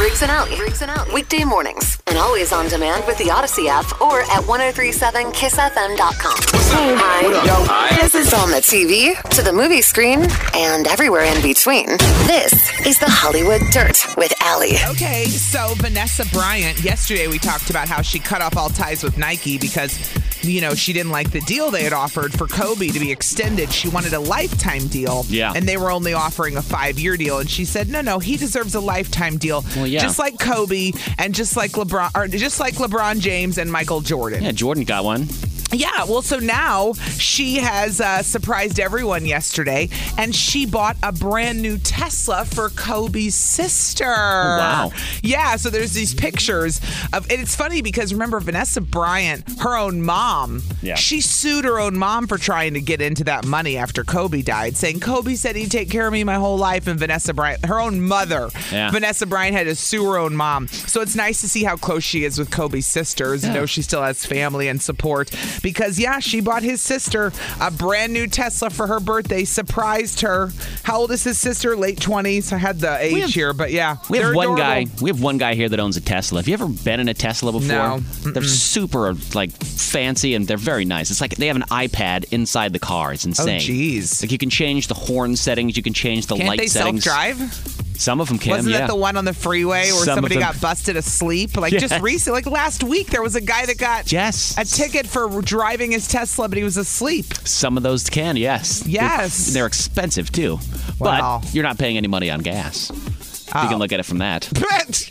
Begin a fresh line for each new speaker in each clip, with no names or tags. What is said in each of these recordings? Riggs and Out. Riggs and Out. Weekday mornings. And always on demand with the Odyssey app or at 1037kissfm.com. Hey, hi. This is on the TV, to the movie screen, and everywhere in between. This is the Hollywood Dirt with Allie.
Okay, so Vanessa Bryant, yesterday we talked about how she cut off all ties with Nike because, you know, she didn't like the deal they had offered for Kobe to be extended. She wanted a lifetime deal.
Yeah.
And they were only offering a five year deal. And she said, no, no, he deserves a lifetime deal.
Well, yeah.
Just like Kobe and just like LeBron, or just like LeBron James and Michael Jordan.
Yeah, Jordan got one.
Yeah, well, so now she has uh, surprised everyone yesterday, and she bought a brand new Tesla for Kobe's sister.
Oh, wow.
Yeah, so there's these pictures of, and it's funny because remember Vanessa Bryant, her own mom,
Yeah.
she sued her own mom for trying to get into that money after Kobe died, saying Kobe said he'd take care of me my whole life, and Vanessa Bryant, her own mother,
Yeah.
Vanessa Bryant had to sue her own mom. So it's nice to see how close she is with Kobe's sisters. You know, she still has family and support because, yeah, she bought his sister a brand new Tesla for her birthday, surprised her. How old is his sister? Late 20s. I had the age
have-
here, but yeah.
We have
they're
one guy.
adorable.
We have one guy here that owns a Tesla. Have you ever been in a Tesla before?
No.
They're super like fancy and they're very nice. It's like they have an iPad inside the car.
Oh,
It's insane.
jeez.
Like you can change the horn settings. You can change the
Can't
light
they
settings.
self-drive?
Some of them can.
Wasn't
yeah.
that the one on the freeway where
Some of
somebody
them-
got busted asleep? Like just
Yes.
recently, like last week, there was a guy that got
Yes.
a ticket for driving his Tesla, but he was asleep.
Some of those can. Yes. They're-
Yes.
They're, expensive too.
Wow.
But you're not paying any money on gas. You can look at it from that.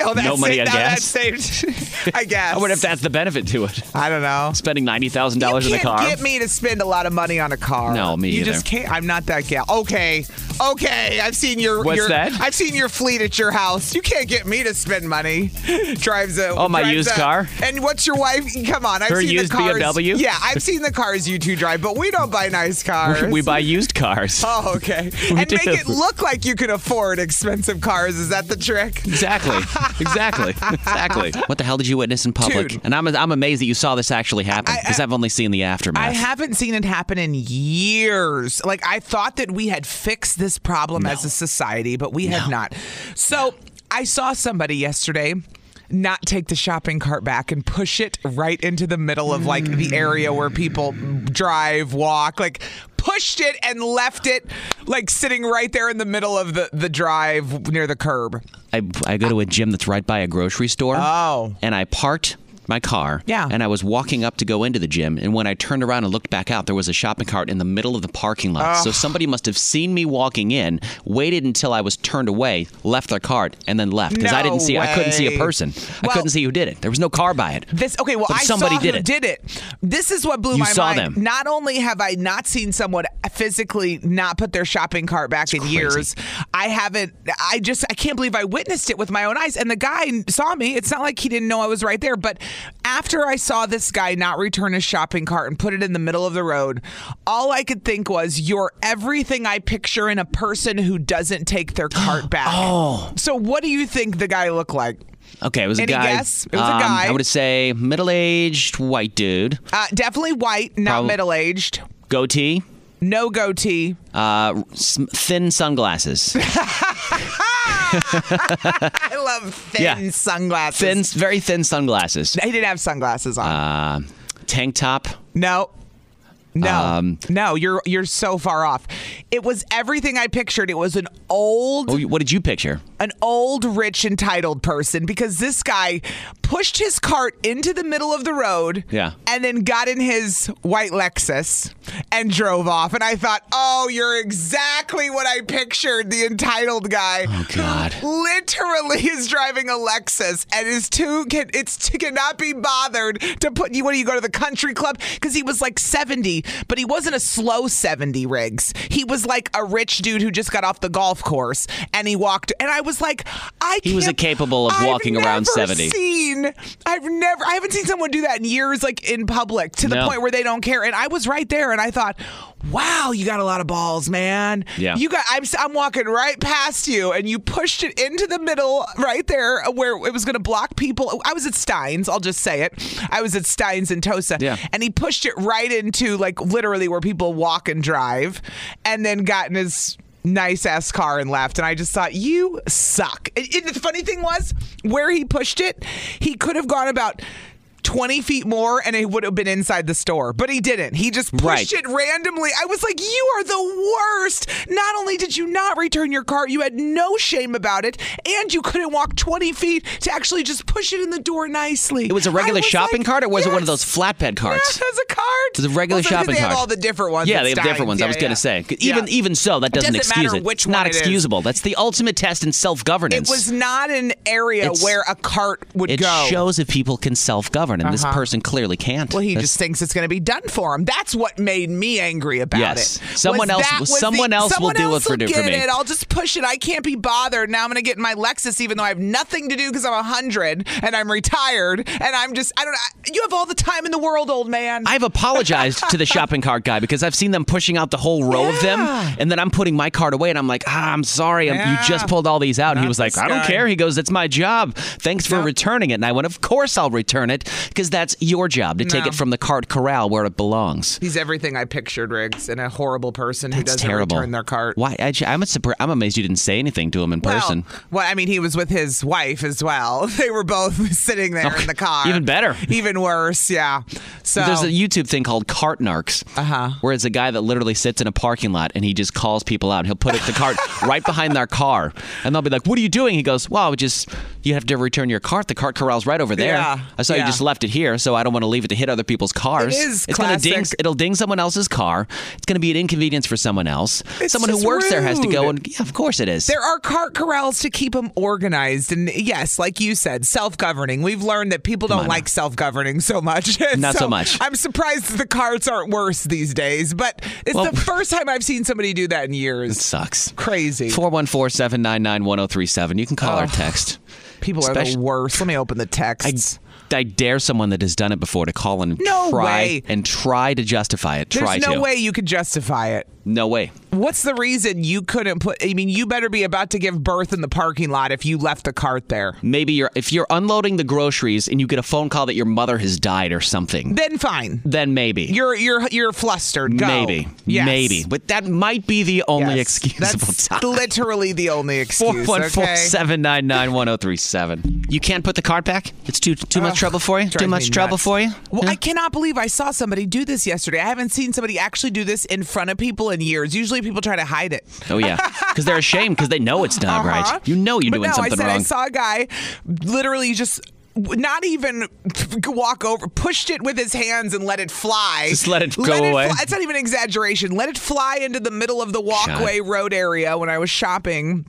oh, that's
No money
it.
on
Now
gas?
That's saved. I guess.
I wonder if that's the benefit to it.
I don't know.
Spending ninety thousand dollars in
you
the
can't
car.
get me to spend a lot of money on a car.
No, me
You
either.
just can't. I'm not that gal. Okay, okay. I've seen your.
What's
your-
that?
I've seen your fleet at your house. You can't get me to spend money. drives a.
Oh, my
drives
used
a-
car?
And what's your wife? Come on, I've
Her
seen
used
the cars.
BMW?
Yeah, I've seen the cars you two drive, but we don't buy nice cars.
we buy used cars.
Oh, okay.
We
and make
do.
it look like you can afford expensive cars. Is that the trick?
Exactly. Exactly. Exactly. What the hell did you witness in public?
Dude.
And I'm, I'm amazed that you saw this actually happen
I- I-
because I've only seen the aftermath.
I haven't seen it happen in years. Like I thought that we had fixed this problem as a society, but we have not. So I saw somebody yesterday not take the shopping cart back and push it right into the middle of like the area where people drive, walk, like pushed it and left it like sitting right there in the middle of the, the drive near the curb.
I, I go to a gym that's right by a grocery store.
Oh.
And I parked my car.
Yeah.
And I was walking up to go into the gym. And when I turned around and looked back out, there was a shopping cart in the middle of the parking lot. So somebody must have seen me walking in, waited until I was turned away, left their cart, and then left. Because I
No
didn't see I couldn't see
way.
a person. I
Well-
couldn't see who did it. There was no car by it.
This okay? Well,
But
I
somebody
saw
did
who
it.
did it. This is what blew
You
my
saw
mind.
them.
Not only have I not seen someone physically not put their shopping cart back in
crazy.
years, I haven't. I just I can't believe I witnessed it with my own eyes. And the guy saw me. It's not like he didn't know I was right there, but After I saw this guy not return his shopping cart and put it in the middle of the road, all I could think was, you're everything I picture in a person who doesn't take their cart back. oh. So what do you think the guy looked like?
Okay, it was
Any
a guy.
guess? It was a
um,
guy.
I would say middle-aged white dude,
Uh, definitely white, not
Prob-
middle aged.
goatee,
No goatee.
uh, s- thin sunglasses,
I love thin
Yeah.
sunglasses.
thin, very thin sunglasses,
He didn't have sunglasses on.
uh, tank top.
no. No.
um,
no, you're you're so far off. It was everything I pictured. It was an old
Oh, you- What did you picture?
an old rich entitled person because this guy pushed his cart into the middle of the road
Yeah.
and then got in his white Lexus and drove off and I thought, "Oh, you're exactly what I pictured, the entitled guy."
Oh, God.
literally is driving a Lexus and is too can it's too, cannot be bothered to put you when you go to the country club because he was like 70 but he wasn't a slow 70 rigs he was like a rich dude who just got off the golf course and he walked and I was like I
He was
can't-
incapable of
I've
walking around
never
70.
seen I've never I haven't seen someone do that in years like in public to the
No.
point where they don't care and I was right there and I thought wow you got a lot of balls man
Yeah.
you got I'm, I'm walking right past you and you pushed it into the middle right there where it was going to block people I was at Steins I'll just say it I was at Steins in Tosa
Yeah.
and he pushed it right into like literally where people walk and drive and then got in his nice ass car and left and i just thought you suck and, and the funny thing was where he pushed it he could have gone about 20 feet more and it would have been inside the store but he didn't he just pushed
Right.
it randomly i was like you are the worst not only did you not return your cart you had no shame about it and you couldn't walk 20 feet to actually just push it in the door nicely
It was a regular shopping cart, or was it one of
yes.
those flatbed carts?
Yeah, it was a cart.
It was a regular
Well, so 'cause
shopping
they
cart.
Have all the different ones.
Yeah,
at
they have different
Stein's.
ones. I
Yeah,
was
yeah.
going to say, even
Yeah.
even so, that doesn't,
doesn't
excuse
matter
it.
which
it's not
one it is.
excusable. That's the ultimate test in self
It
governance.
was not an area
It's-
where a cart would
It
go. Uh-huh.
shows if people can self govern, and this person clearly can't.
well, he
That's-
just thinks it's going to be done for him. That's what made me angry about
Yes.
it.
Someone
Was
else-
that was
someone
the,
else will
someone
do
else
it for
will
do- for
get
me.
It. I'll just push it. I can't be bothered. Now I'm going to get in my Lexus, even though I have nothing to do because I'm hundred and I'm retired and I'm just I don't know. I- You have all the time in the world, old man.
I've apologized to the shopping cart guy because I've seen them pushing out the whole row of them,
Yeah.
and then I'm putting my cart away, and I'm like, ah, I'm sorry, I'm-
Yeah.
you just pulled all these out. And he
Not
was like,
this
I don't
guy.
care. He goes, it's my job. Thanks for returning it. And I went, of course I'll return it because that's your job to take
No.
it from the cart corral where it belongs.
He's everything I pictured, Riggs, and a horrible person who
It's
doesn't
terrible.
return their cart.
Why? I, am a surpri- I'm amazed you didn't say anything to him in person.
Well, well, I mean, he was with his wife as well. They were both sitting there in the car.
even better.
Even worse, yeah. So
There's a YouTube thing called cart narcs, uh-huh. where it's a guy that literally sits in a parking lot and he just calls people out. He'll put it, the cart right behind their car, and they'll be like, "What are you doing?" He goes, "Well, we just you have to return your cart. The cart corral's right over there.
Yeah,
I saw
yeah.
you just left it here, so I don't want to leave it to hit other people's cars.
It is
it's gonna ding.
classic.
It'll ding someone else's car. It's gonna be an inconvenience for someone else.
It's
someone who
just
works there has to go.
rude.
And yeah, of course it is.
there are cart corrals to keep them organized. And yes, like you said, self governing. We've learned that people don't like self governing so much. And
Not so much.
I'm surprised the carts aren't worse these days, but it's
Well-
the first time I've seen somebody do that in years.
Sucks.
Crazy.
414 799 1037. You can call or text.
Oh. People are the
Especially-
worst. Let me open the
I,
texts.
I dare someone that has done it before to call and
No
try
way.
and try to justify it. try
There's no
to.
way you could justify it.
No way.
What's the reason you couldn't put? I mean, you better be about to give birth in the parking lot if you left the cart there.
Maybe you're if you're unloading the groceries and you get a phone call that your mother has died or something.
Then fine.
Then maybe.
You're you're you're flustered. Go.
maybe.
Yes.
Maybe. But that might be the only
Yes.
excusable
That's
time.
Literally the only excuse. okay?
414-799-1037. You can't put the card back? It's too too much trouble for you? Too
Drives
much
me
trouble
nuts.
for you? Hmm.
Well, I cannot believe I saw somebody do this yesterday. I haven't seen somebody actually do this in front of people in years. Usually, people try to hide it.
Oh yeah. Cuz they're ashamed cuz they know it's not
Uh-huh.
right. You know you're
But
doing
no,
something
I said
wrong.
I saw a guy literally just w- not even walk over, pushed it with his hands and let it fly.
Just let it go
it
away.
fly- It's not even an exaggeration. Let it fly into the middle of the walkway road area when I was shopping.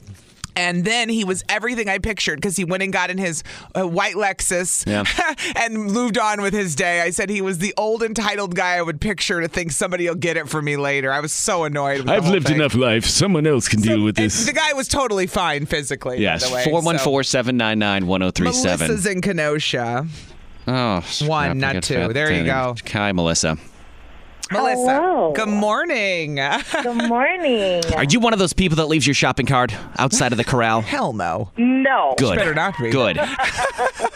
And then he was everything I pictured because he went and got in his uh, white Lexus
Yeah.
and moved on with his day. I said he was the old entitled guy I would picture to think somebody will get it for me later. I was so annoyed. With the
I've
whole
lived
thing.
enough life. Someone else can deal with
And
this.
The guy was totally fine physically. by
Yes,
the way, so-
414 799 1037.
Melissa's in Kenosha.
Oh, snap,
One,
I
not
got
two.
fat-
There you go.
Hi, Melissa.
Melissa,
Hello.
good morning.
Good morning.
Are you one of those people that leaves your shopping cart outside of the corral?
Hell no.
No.
Good.
better not be.
Good.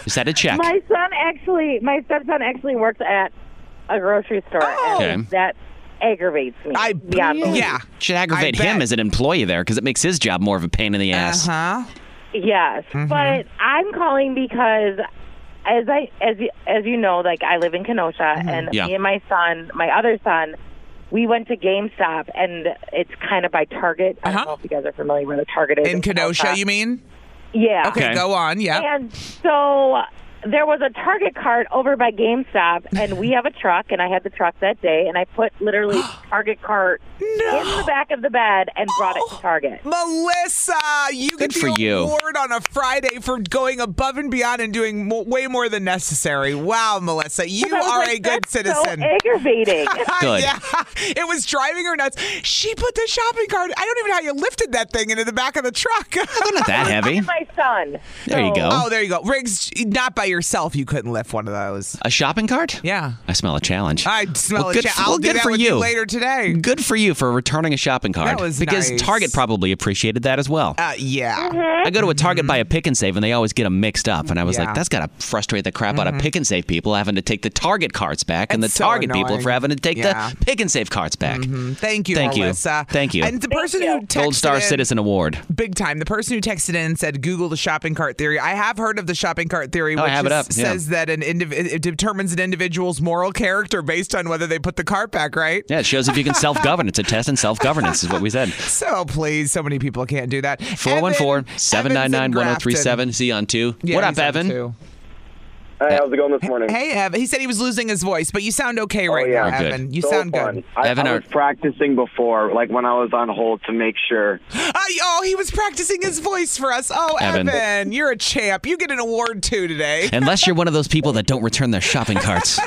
Is that a check?
My son actually, my stepson actually works at a grocery store.
Oh. Okay.
And that aggravates me.
I
beyond belief.
yeah.
Should aggravate
I
him
bet.
as an employee there because it makes his job more of a pain in the ass.
Uh huh.
Yes,
Mm-hmm.
but I'm calling because, as I as you- as you know, like I live in Kenosha,
Mm-hmm.
and
Yeah.
me and my son, my other son, we went to GameStop, and it's kind of by Target. I
Uh-huh.
don't know if you guys are familiar where the Target is
In Kenosha, you mean?
Yeah.
Okay,
Okay.
go on. Yeah.
And so there was a Target cart over by GameStop, and we have a truck, and I had the truck that day, and I put literally Target cart in the back of the bed and brought it to Target.
Melissa, you
Good
get the
for you.
award on a Friday for going above and beyond and doing mo- way more than necessary. Wow, Melissa, you
I was
are
like,
a good
"That's so
citizen.
aggravating.
Good.
Yeah, it was driving her nuts. She put the shopping cart. I don't even know how you lifted that thing into the back of the truck.
They're not that heavy.
my son.
There
So-
you go.
Oh, there you go. Riggs, not by yourself. You couldn't lift one of those.
A shopping cart?
Yeah.
I smell a challenge.
I smell
well,
a
good,
cha-
f-
I'll
well,
do
good
that
for
with you later today.
Good for you for returning a shopping cart.
was
because
nice.
Target probably appreciated that as well.
Uh, yeah.
Mm-hmm.
I go to a Target buy a pick and save, and they always get them mixed up. And I was
Mm-hmm. Yeah. Mm-hmm.
like, that's got to frustrate the crap out of pick and save people having to take the Target carts back, and the
It's so
Target people
annoying.
for having to take
Yeah. Mm-hmm.
the pick and save carts back.
Thank you,
Thank you.
Melissa.
Thank you.
And the person who texted
Gold Star
in-
Citizen Award.
big time. The person who texted in and said, "Google the shopping cart theory." I have heard of the shopping cart theory,
Oh, I
which
have
is-
it up, yeah.
says that an indiv- it determines an individual's moral character based on whether they put the cart back. Right?
Yeah, it shows if you can self govern. It's a test in self governance, is what we said.
So please, so many people can't do that.
414 799 1037. See you on two. what up, Evan?
Hey, how's it going this morning?
Hey, Evan. He said he was losing his voice, but you sound okay right
Oh, yeah.
now,
You're good.
Evan. You
So
sound
fun.
good.
I,
Evan,
I
are-
was practicing before, like when I was on hold to make sure.
I, oh, he was practicing his voice for us. Oh,
Evan.
Evan. you're a champ. You get an award too today.
Unless you're one of those people that don't return their shopping carts.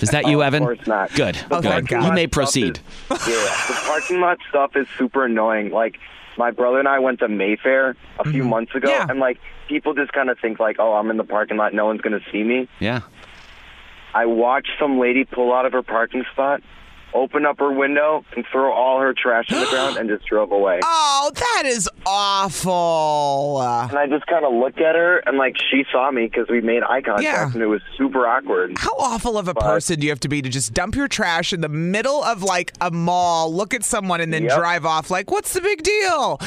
Is that you, Evan?
Of course not.
Good.
Oh,
good.
thank God.
You may
Parking lot
proceed.
stuff is- yeah, the parking lot stuff is super annoying. Like, my brother and I went to Mayfair a few
Mm-hmm.
months ago,
Yeah.
and like people just kind of think like, "Oh, I'm in the parking lot, no one's gonna see me."
Yeah.
I watched some lady pull out of her parking spot, open up her window, and throw all her trash on the ground, and just drove away.
Oh, that is awful. Uh,
And I just kind of looked at her, and like she saw me because we made eye contact,
Yeah.
and it was super awkward.
How awful of a person do you have to be to just dump your trash in the middle of like a mall, look at someone, and then
Yep.
drive off? Like, what's the big deal?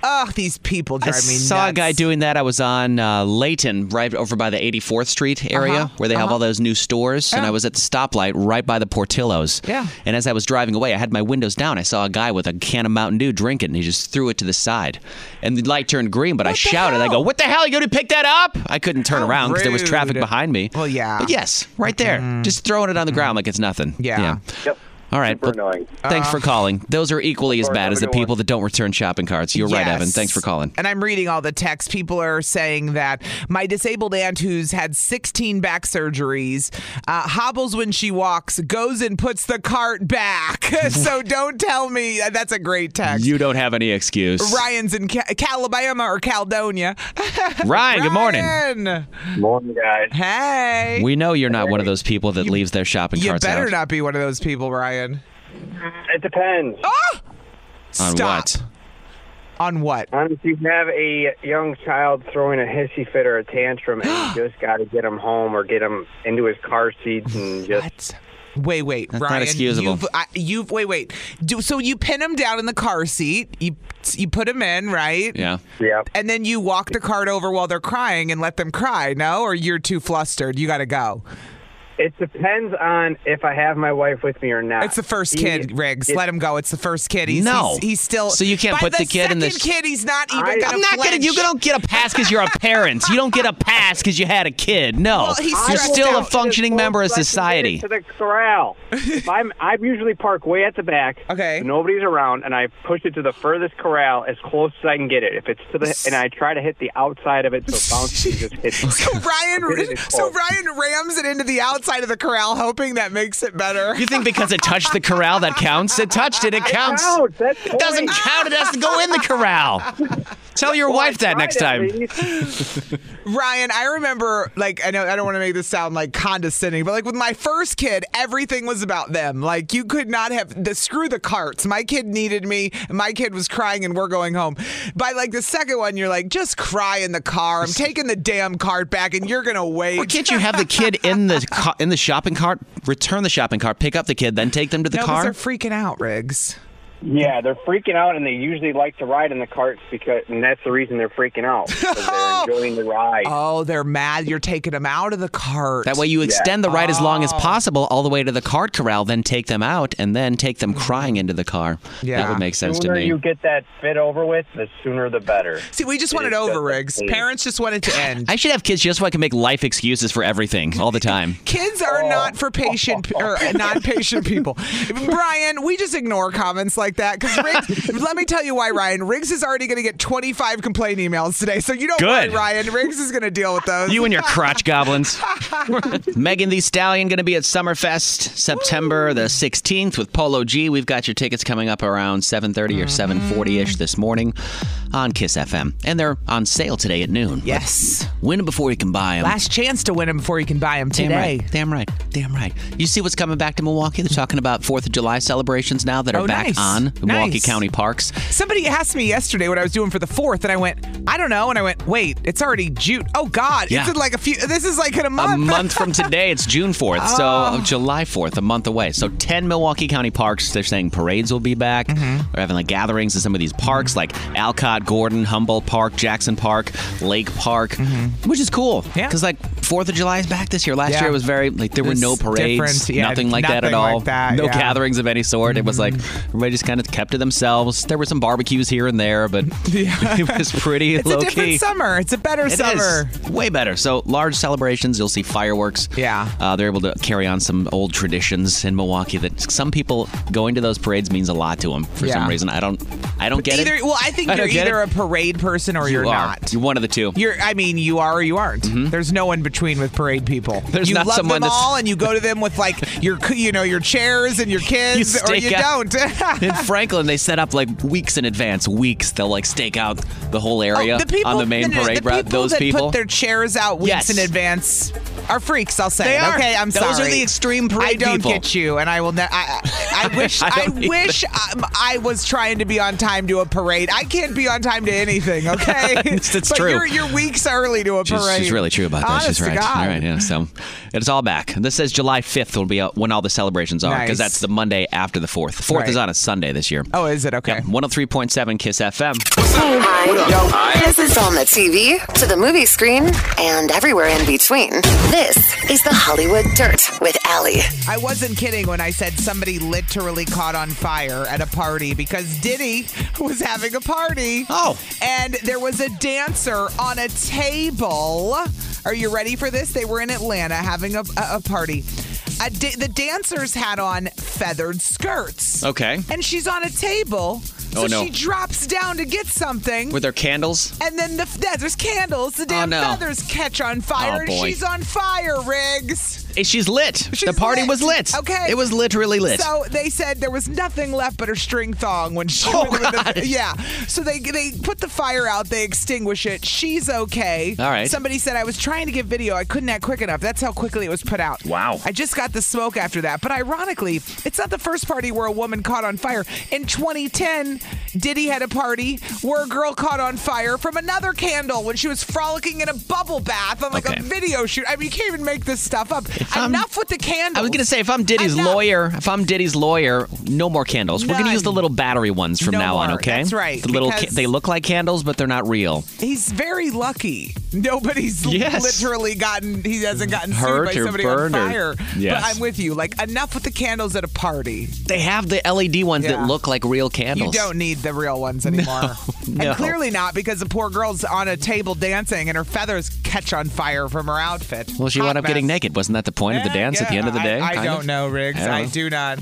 Ugh, these people
I
drive me nuts.
saw a guy doing that. I was on uh, Layton, right over by the 84th Street area
Uh-huh,
where they have
uh-huh.
all those new stores. And I was at the stoplight right by the Portillo's.
Yeah.
And as I was driving away, I had my windows down. I saw a guy with a can of Mountain Dew drinking. And he just threw it to the side. And the light turned green, but I shouted. I go,
hell?
What the hell? You going to pick that up? I couldn't turn
How
around because there was traffic
rude.
behind me.
Well, yeah.
But yes, right
Mm-hmm.
there. Just throwing it on the ground like it's nothing.
Yeah. Uh.
Yep.
All right.
Super
well,
annoying.
Thanks for calling. Those are equally as
course,
bad
have
as
a
the
good one.
people that don't return shopping carts. You're right,
Yes.
Evan. Thanks for calling.
And I'm reading all the texts. People are saying that my disabled aunt, who's had 16 back surgeries, uh, hobbles when she walks, goes and puts the cart back. so don't tell me that's a great text.
You don't have any excuse.
Ryan's in Ca- Calabama or Caledonia.
Ryan, good morning.
Ryan!
Morning, guys.
Hey.
We know you're not one of those people that leaves their shopping
you
carts
better
out.
not be one of those people, Ryan.
It depends.
on
Stop.
what?
Oh! On what?
Um, If you have a young child throwing a hissy fit or a tantrum, and you just got to get him home or get him into his car seats and just.
What? Wait, wait,
That's not
Ryan.
excusable.
You've, I, you've wait, wait. Do, so you pin him down in the car seat. You you put him in, right?
Yeah.
Yeah.
And then you walk the cart over while they're crying and let them cry. No, or you're too flustered. You got to go.
It depends on if I have my wife with me or not.
It's the first
He-
kid, Riggs.
it-
Let him go. It's the first kid. He's,
No.
he's, he's still.
So you can't
By
put the kid in the-
second kid. He's not even.
I-
gonna
I'm not gonna.
flinch.
You don't get a pass because you're a parent. You don't get a pass because you had a kid. No,
Well, he's
Oh, I
you're
will
still
go
a
to the
functioning
full
member of
front and get
society.
it To the corral. if I'm, I usually park way at the back.
Okay.
Nobody's around, and I push it to the furthest corral as close as I can get it. If it's to the, and I try to hit the outside of it, so it bounces and just hits. me.
So
It
Ryan,
is
so
cold.
Ryan rams it into the outside of the corral, hoping that makes it better.
You think because it touched the corral that counts? It touched it. It counts.
Ouch, that's
It doesn't
point.
count. It has to go in the corral. Tell your
Well, I
wife that
tried
next
at
time.
Ryan, I remember like I know I don't want to make this sound like condescending, but like with my first kid, everything was about them. Like you could not have the screw the carts. My kid needed me, and my kid was crying and we're going home. By like the second one, you're like, just cry in the car. I'm taking the damn cart back and you're gonna wait.
Or can't you have the kid in the ca- in the shopping cart? Return the shopping cart, pick up the kid, then take them to the
no, 'cause
car.
they're freaking out, Riggs.
Yeah, they're freaking out, and they usually like to ride in the carts because, and that's the reason they're freaking out. 'cause they're enjoying the ride.
Oh, they're mad you're taking them out of the cart.
That way, you extend the ride as long as
Oh.
possible, all the way to the cart corral, then take them out, and then take
Mm-hmm.
them crying into the car. that would make sense to
sooner
me.
you get that fit over with, the sooner the better.
See, we just
It
want it
is
over,
just
Riggs.
insane.
Parents just want it to end.
I should have kids just so I can make life excuses for everything all the time.
Kids are not for patient or
Oh.
non-patient people. Brian, we just ignore comments like that because Riggs. let me tell you why, Ryan. Riggs is already going to get 25 complaint emails today, so you don't worry,
Good.
Ryan. Riggs is going to deal with those.
You and your crotch goblins. Megan the Stallion going to be at Summerfest September the 16th with Polo G. We've got your tickets coming up around 7:30 or
Mm-hmm.
7:40ish this morning on Kiss FM, and they're on sale today at noon.
Yes,
win them before you can buy them.
last chance to win them before you can buy them
Damn
today.
right. Damn right. Damn right. You see what's coming back to Milwaukee? They're talking about 4th of July celebrations now that are
Oh,
back
nice.
on Milwaukee
Nice.
County parks.
Somebody asked me yesterday what I was doing for the fourth, and I went, I don't know. And I went, wait, it's already June. Oh God,
Yeah.
it's in like a few. This is like in a month. Oh.
A month from today, it's June 4th. So July 4th, a month away. So 10 Milwaukee County parks, they're saying parades will be back.
Mm-hmm.
They're having like gatherings in some of these parks like Alcott, Gordon, Humboldt Park, Jackson Park, Lake Park, which is cool. Yeah. Because like 4th of July is back this year. Last
Mm-hmm. Yeah.
year it was very, like there were no
It's
parades,
different. Yeah,
nothing like that at
nothing
all.
like that,
no
yeah. Mm-hmm.
gatherings of any sort. It was like everybody just kind of kept to themselves. There were some barbecues here and there, but it was pretty
It's
low
a different
key.
summer. It's a better
It
summer.
is. Way better. So large celebrations, you'll see fireworks. Yeah. Uh, they're able to carry on some old traditions in Milwaukee that some people going to those parades means a lot to them for some
Yeah.
reason. I don't I don't get
either,
it.
Well, I think
don't
you're
get
either
it.
a parade person or
You
are
are.
not.
You're one of the two.
You're, I mean, you are or you aren't. There's no in between with parade people.
Mm-hmm. There's
you
not
love
someone
them
that's-
all, and you go to them with like your, c- you know, your chairs and your kids, or
stake
you
out.
don't.
in Franklin, they set up like weeks in advance. Weeks they'll like stake out the whole area
Oh, the people,
on the main
no, no, no,
parade
the
route.
people
Those
that
people.
put their chairs out weeks
Yes.
in advance are freaks. I'll say.
They are.
Okay, I'm
Those are
sorry.
the extreme parade
I don't
people.
get you, and I will. Ne- I, I, I wish.
I
I,
don't either.
wish um, I was trying to be on time to a parade. I can't be on time to anything. Okay,
It's- it's
but
true.
You're, you're weeks early to a
She's,
parade.
she's really true about that.
Honest
she's right.
To God.
All right, yeah. So it's all back. This says July 5th will be uh, when all the celebrations are
Nice.
because that's the Monday after the 4th. 4th is
Right.
on a Sunday this year.
Oh, is it okay?
103.7 Kiss FM.
Hi. This is on the TV, to the movie screen, and everywhere in between. This is the Hollywood Dirt with Allie.
I wasn't kidding when I said somebody literally caught on fire at a party because Diddy was having a party.
Oh.
And there was a dancer on a table. Are you ready for this? They were in Atlanta having a, a, a party. A da- the dancers had on feathered skirts.
Okay.
And she's on a table. So
Oh, no.
she drops down to get something.
With their candles.
and then the f- yeah, there's candles. The damn
Oh, no.
feathers catch on fire,
Oh,
and
boy.
she's on fire, Riggs.
Eh, She's lit. the
She's
party was lit.
Okay.
It was literally lit.
So they said there was nothing left but her string thong when she
Oh,
went with
God.
the, Yeah. So they they put the fire out, they extinguish it. She's okay.
All right.
Somebody said I was trying to get video, I couldn't act quick enough. That's how quickly it was put out.
Wow.
I just got the smoke after that. But ironically, it's not the first party where a woman caught on fire. In 2010, Diddy had a party where a girl caught on fire from another candle when she was frolicking in a bubble bath on like
Okay. um,
a video shoot. I mean, you can't even make this stuff up.
I'm-
Enough with the candles.
I was gonna say if I'm Diddy's
Enough.
lawyer, if I'm Diddy's lawyer, no more candles. We're gonna use the
None.
little battery ones from
No
now on.
more.
Okay,
That's right,
The little ca-
because-
they look like candles, but they're not real.
He's very lucky. Nobody's l-
Yes.
literally gotten. He hasn't gotten
Hurt
sued by
or
somebody
burned or-
on fire.
Yes.
But I'm with you. Like enough with the candles at a party.
They have the E LED ones
Yeah.
that look like real
You
candles.
don't need the real ones anymore.
no.
And clearly not because the poor girl's on a table dancing and her feathers catch on fire from her outfit.
Well, she
Hot
wound up getting
mess.
naked. Wasn't that the point of the
Yeah,
dance at the
yeah,
end of the
I-
day?
I,
Kind
don't
of?
know, Riggs.
I don't
I,
know.
do not.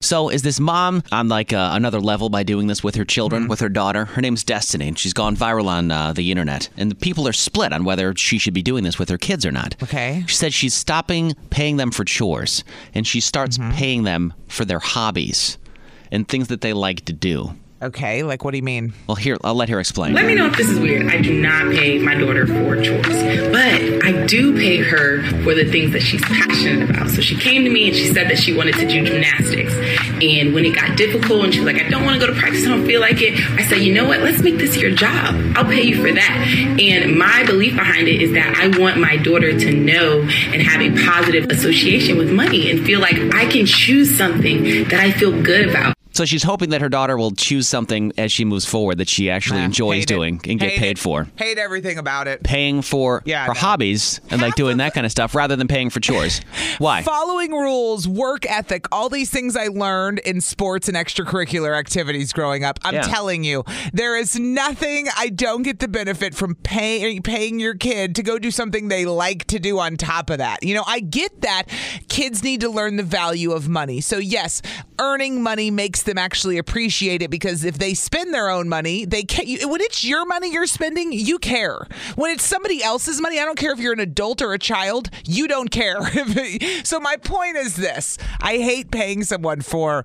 So is this mom on like uh, another level by doing this with her
Mm-hmm.
children, with her daughter? Her name's Destiny, and she's gone viral on uh, the internet. And the people are split on whether she should be doing this with her kids or not.
Okay.
She said she's stopping paying them for chores,
Mm-hmm.
and she starts paying them for their hobbies and things that they like to do.
Okay, like what do you mean?
Well, here, I'll let her explain.
Let me know if this is weird. I do not pay my daughter for chores, but I do pay her for the things that she's passionate about. So she came to me and she said that she wanted to do gymnastics. And when it got difficult and she was like, I don't want to go to practice, I don't feel like it, I said, you know what? Let's make this your job. I'll pay you for that. And my belief behind it is that I want my daughter to know and have a positive association with money and feel like I can choose something that I feel good about.
So she's hoping that her daughter will choose something as she moves forward that she actually enjoys doing and get
Hate
paid
it.
for.
Hate everything about it.
Paying for
Yeah, I
her
know.
hobbies and like doing that kind of stuff rather than paying for chores. Why?
Following rules, work ethic, all these things I learned in sports and extracurricular activities growing up. I'm
Yeah.
telling you, there is nothing I don't get the benefit from pay, paying your kid to go do something they like to do on top of that. You know, I get that kids need to learn the value of money. So, yes, earning money makes them actually appreciate it because if they spend their own money, they can't. You, when it's your money you're spending, you care. When it's somebody else's money, I don't care if you're an adult or a child, you don't care. so my point is this: I hate paying someone for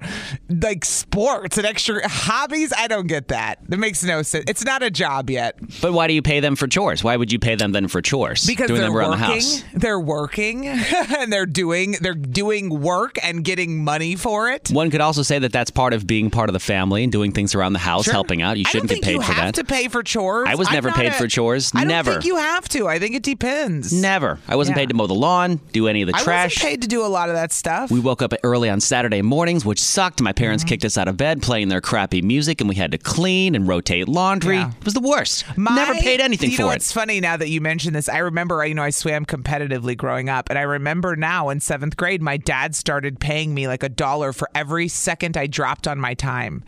like sports and extra hobbies. I don't get that. That makes no sense. It's not a job yet
But why do you pay them for chores? Why would you pay them then for chores?
because
doing
they're
them
working.
around the house.
They're working and they're doing they're doing work and getting money for it.
One could also say that that's part of being part of the family and doing things around the house, helping out. You shouldn't get paid
you
for
have
that.
to pay for chores.
I was
I'm
never
not
paid
a-
for chores.
I don't
never.
think you have to. I think it depends.
never. I wasn't
Yeah.
paid to mow the lawn, do any of the
I
trash.
wasn't paid to do a lot of that stuff.
We woke up early on Saturday mornings, which sucked. My parents
Mm-hmm.
kicked us out of bed playing their crappy music, and we had to clean and rotate laundry. It was the worst. Never
My-
paid anything
you
for
know,
it.
It's funny now that you mention this. I remember, you know, I swam competitively growing up, and I remember now in seventh grade, my dad started paying me like a dollar for every second I dropped on my time.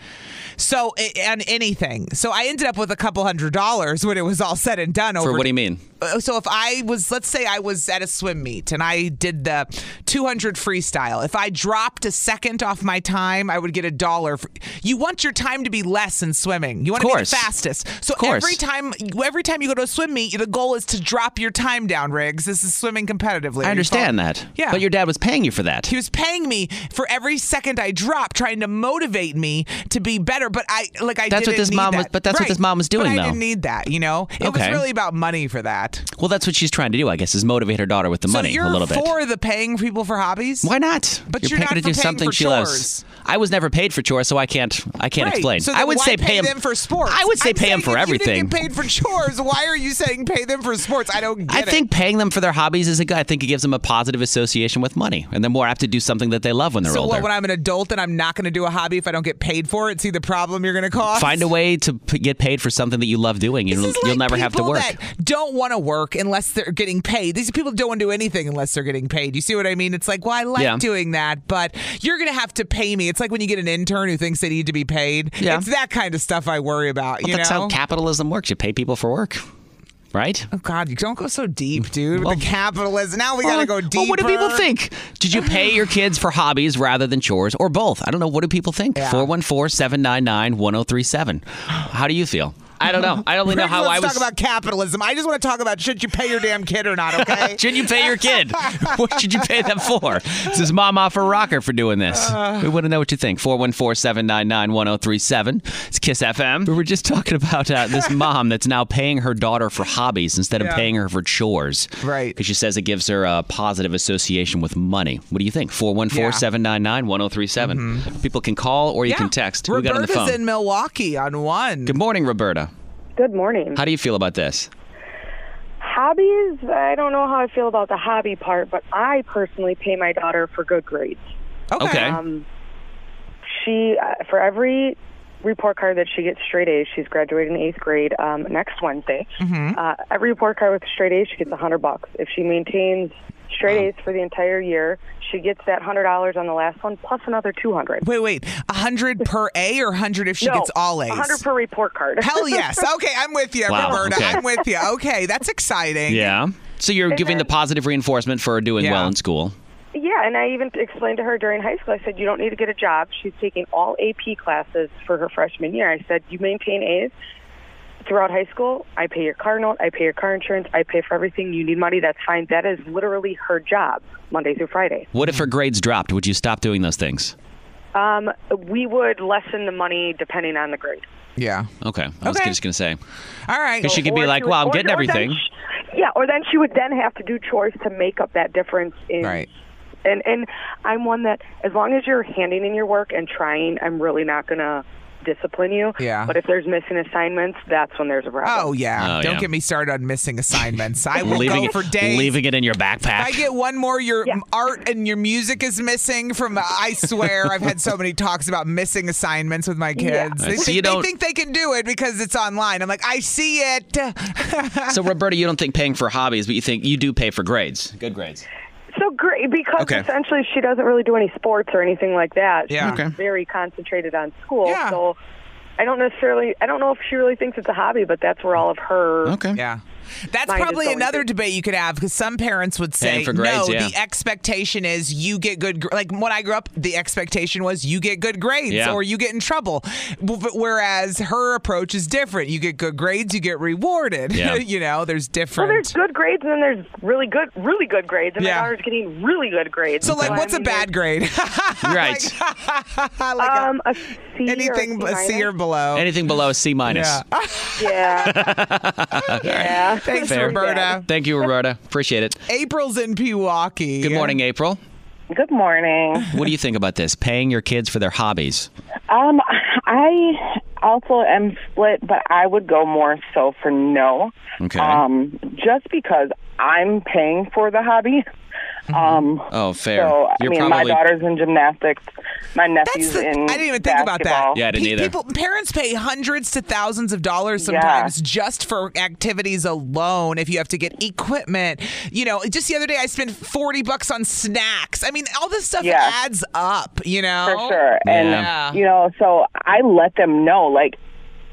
So a- on anything, so I ended up with a couple hundred dollars when it was all said and done. Over
For what do you mean?
Uh, So if I was, let's say I was at a swim meet and I did the 200 freestyle. If I dropped a second off my time, I would get a dollar. For, you want your time to be less in swimming. You want to be the
course.
fastest. So
Of course.
every time, every time you go to a swim meet, the goal is to drop your time down, Riggs. This is swimming competitively.
I understand
You follow-
that.
Yeah.
But your dad was paying you for that.
He was paying me for every second I dropped, trying to motivate me to be better. But I like I
That's what
didn't
this
need
mom was-
that.
but that's what
Right.
this mom was doing,
But I
though.
didn't need that. You know, it was
Okay.
really about money for that.
Well, that's what she's trying to do, I guess, is motivate her daughter with the
so
money
you're
a little bit.
for the paying people for hobbies? Why
not?
But
you're,
you're,
paying
not
her to
for paying
do something
for
she
chores.
loves. I was never paid for chores, so I can't. I can't
Right.
explain.
So
I
then
would
why
say
pay
him
them for sports.
I would say
I'm
pay him
saying
for
if You
everything.
didn't get paid for chores. Why are you saying pay them for sports? I don't get
I
it.
think paying them for their hobbies is a good. I think it gives them a positive association with money, and they're more apt to do something that they love when they're
so
older.
what, when I'm an adult and I'm not going to do a hobby if I don't get paid for it, see the problem you're going to cause?
Find a way to p- get paid for something that you love doing. You'll, you'll never have to
people
work.
that don't want to work unless they're getting paid. These people don't want to do anything unless they're getting paid. You see what I mean? It's like, well, I like
Yeah.
doing that, but you're going to have to pay me. It's like when you get an intern who thinks they need to be paid.
Yeah.
It's that kind of stuff I worry about.
Well,
you
that's
know?
how capitalism works. You pay people for work, right?
Oh God, you don't go so deep, dude. With the capitalism, now we gotta go deeper.
Well, what do people think? Did you pay your kids for hobbies rather than chores or both? I don't know. What do people think? 414 799 1037. How do you feel? I don't know. I only know
Rick,
how
let's
I was.
talk about capitalism. I just want to talk about should you pay your damn kid or not? Okay.
should you pay your kid? what should you pay them for? This is Mom Off a Rocker for doing this.
Uh.
we want to know what you think. 414 799 1037. It's Kiss FM. We were just talking about uh, this mom that's now paying her daughter for hobbies instead of
Yeah.
paying her for chores. Right. Because she says it gives her a positive association with money. What do you think? 414 799 1037. People can call or you can text. Who we got on the
Roberta's
phone.
in Milwaukee on one.
Good morning, Roberta.
Good morning.
How do you feel about this?
Hobbies, I don't know how I feel about the hobby part, but I personally pay my daughter for good grades.
Okay. Okay.
Um, she, uh, for every report card that she gets straight A's, she's graduating eighth grade um, next Wednesday.
Hmm. Mm-hmm.
Uh, every report card with straight A's, she gets a hundred bucks. If she maintains straight A's for the entire year, she gets that hundred dollars on the last one plus another two hundred.
Wait, wait, a hundred per A or a hundred if she
No,
gets all A's?
A hundred per report card.
Hell yes. Okay, I'm with you,
Wow,
Roberta.
okay.
I'm with you. Okay, that's exciting.
Yeah. So you're
And
giving the
then-
positive reinforcement for doing well in school.
Yeah, and I even explained to her during high school. I said, "You don't need to get a job." She's taking all AP classes for her freshman year. I said, "You maintain A's throughout high school. I pay your car note. I pay your car insurance. I pay for everything. You need money. That's fine. That is literally her job, Monday through Friday."
What if her grades dropped? Would you stop doing those things?
Um, we would lessen the money depending on the grade.
Yeah.
Okay. I was
Okay.
just gonna say.
All right.
Because she could be
Or
like,
she would-
"Well, I'm
or-
getting
or then
everything."
she- yeah, or then she would then have to do chores to make up that difference in
Right.
and and I'm one that as long as you're handing in your work and trying, I'm really not gonna discipline you.
Yeah.
But if there's missing assignments, that's when there's a problem.
Oh yeah!
Oh,
Don't
yeah.
get me started on missing assignments. I will
leaving
go for
it,
days.
Leaving it in your
If
backpack.
I get one more, your art and your music is missing from. I swear, I've had so many talks about missing assignments with my
Yeah.
kids.
Right,
They,
so
think,
you
they
don't-
think they can do it because it's online. I'm like, I see it.
so Roberta, you don't think paying for hobbies, but you think you do pay for grades. Good grades.
Oh.
So great because
Okay.
essentially she doesn't really do any sports or anything like that.
Yeah.
She's
Okay.
very concentrated on school. So I don't necessarily I don't know if she really thinks it's a hobby, but that's where all of her
Okay.
Yeah. That's
Mine is
probably
going
another debate you could have because some parents would
Paying
say,
for grades,
no,
yeah.
the expectation is you get good. gr- Like when I grew up, the expectation was you get good grades
Yeah.
or you get in trouble. W- but Whereas her approach is different. You get good grades, you get rewarded.
Yeah.
you know, there's different.
Well, there's good grades, and then there's really good, really good grades, and
Yeah.
my daughter's getting really good grades.
so, like,
I
what's a
mean,
bad grade?
Right.
like
um, a C or a
anything
C
a C or
minus?
below.
Anything below a C minus.
Yeah.
Yeah.
yeah.
Thanks, Roberta.
Thank you, Roberta. Appreciate it.
April's in Pewaukee.
Good morning, April.
Good morning.
What do you think about this? Paying your kids for their hobbies.
Um, I also am split, but I would go more so for no.
Okay.
Um, just because I'm paying for the hobby. Um,
Oh, fair.
So, I
You're
mean,
probably-
my daughter's in gymnastics. My nephew's in.
I didn't even think about that.
basketball.
Yeah, I didn't
Pe-
either.
People, parents pay hundreds to thousands of dollars sometimes just for activities alone. If you have to get equipment, you know, just the other day I spent forty bucks on snacks. I mean, all this stuff
Yeah.
adds up. You know,
For sure. And,
yeah.
you know, so I let them know, like,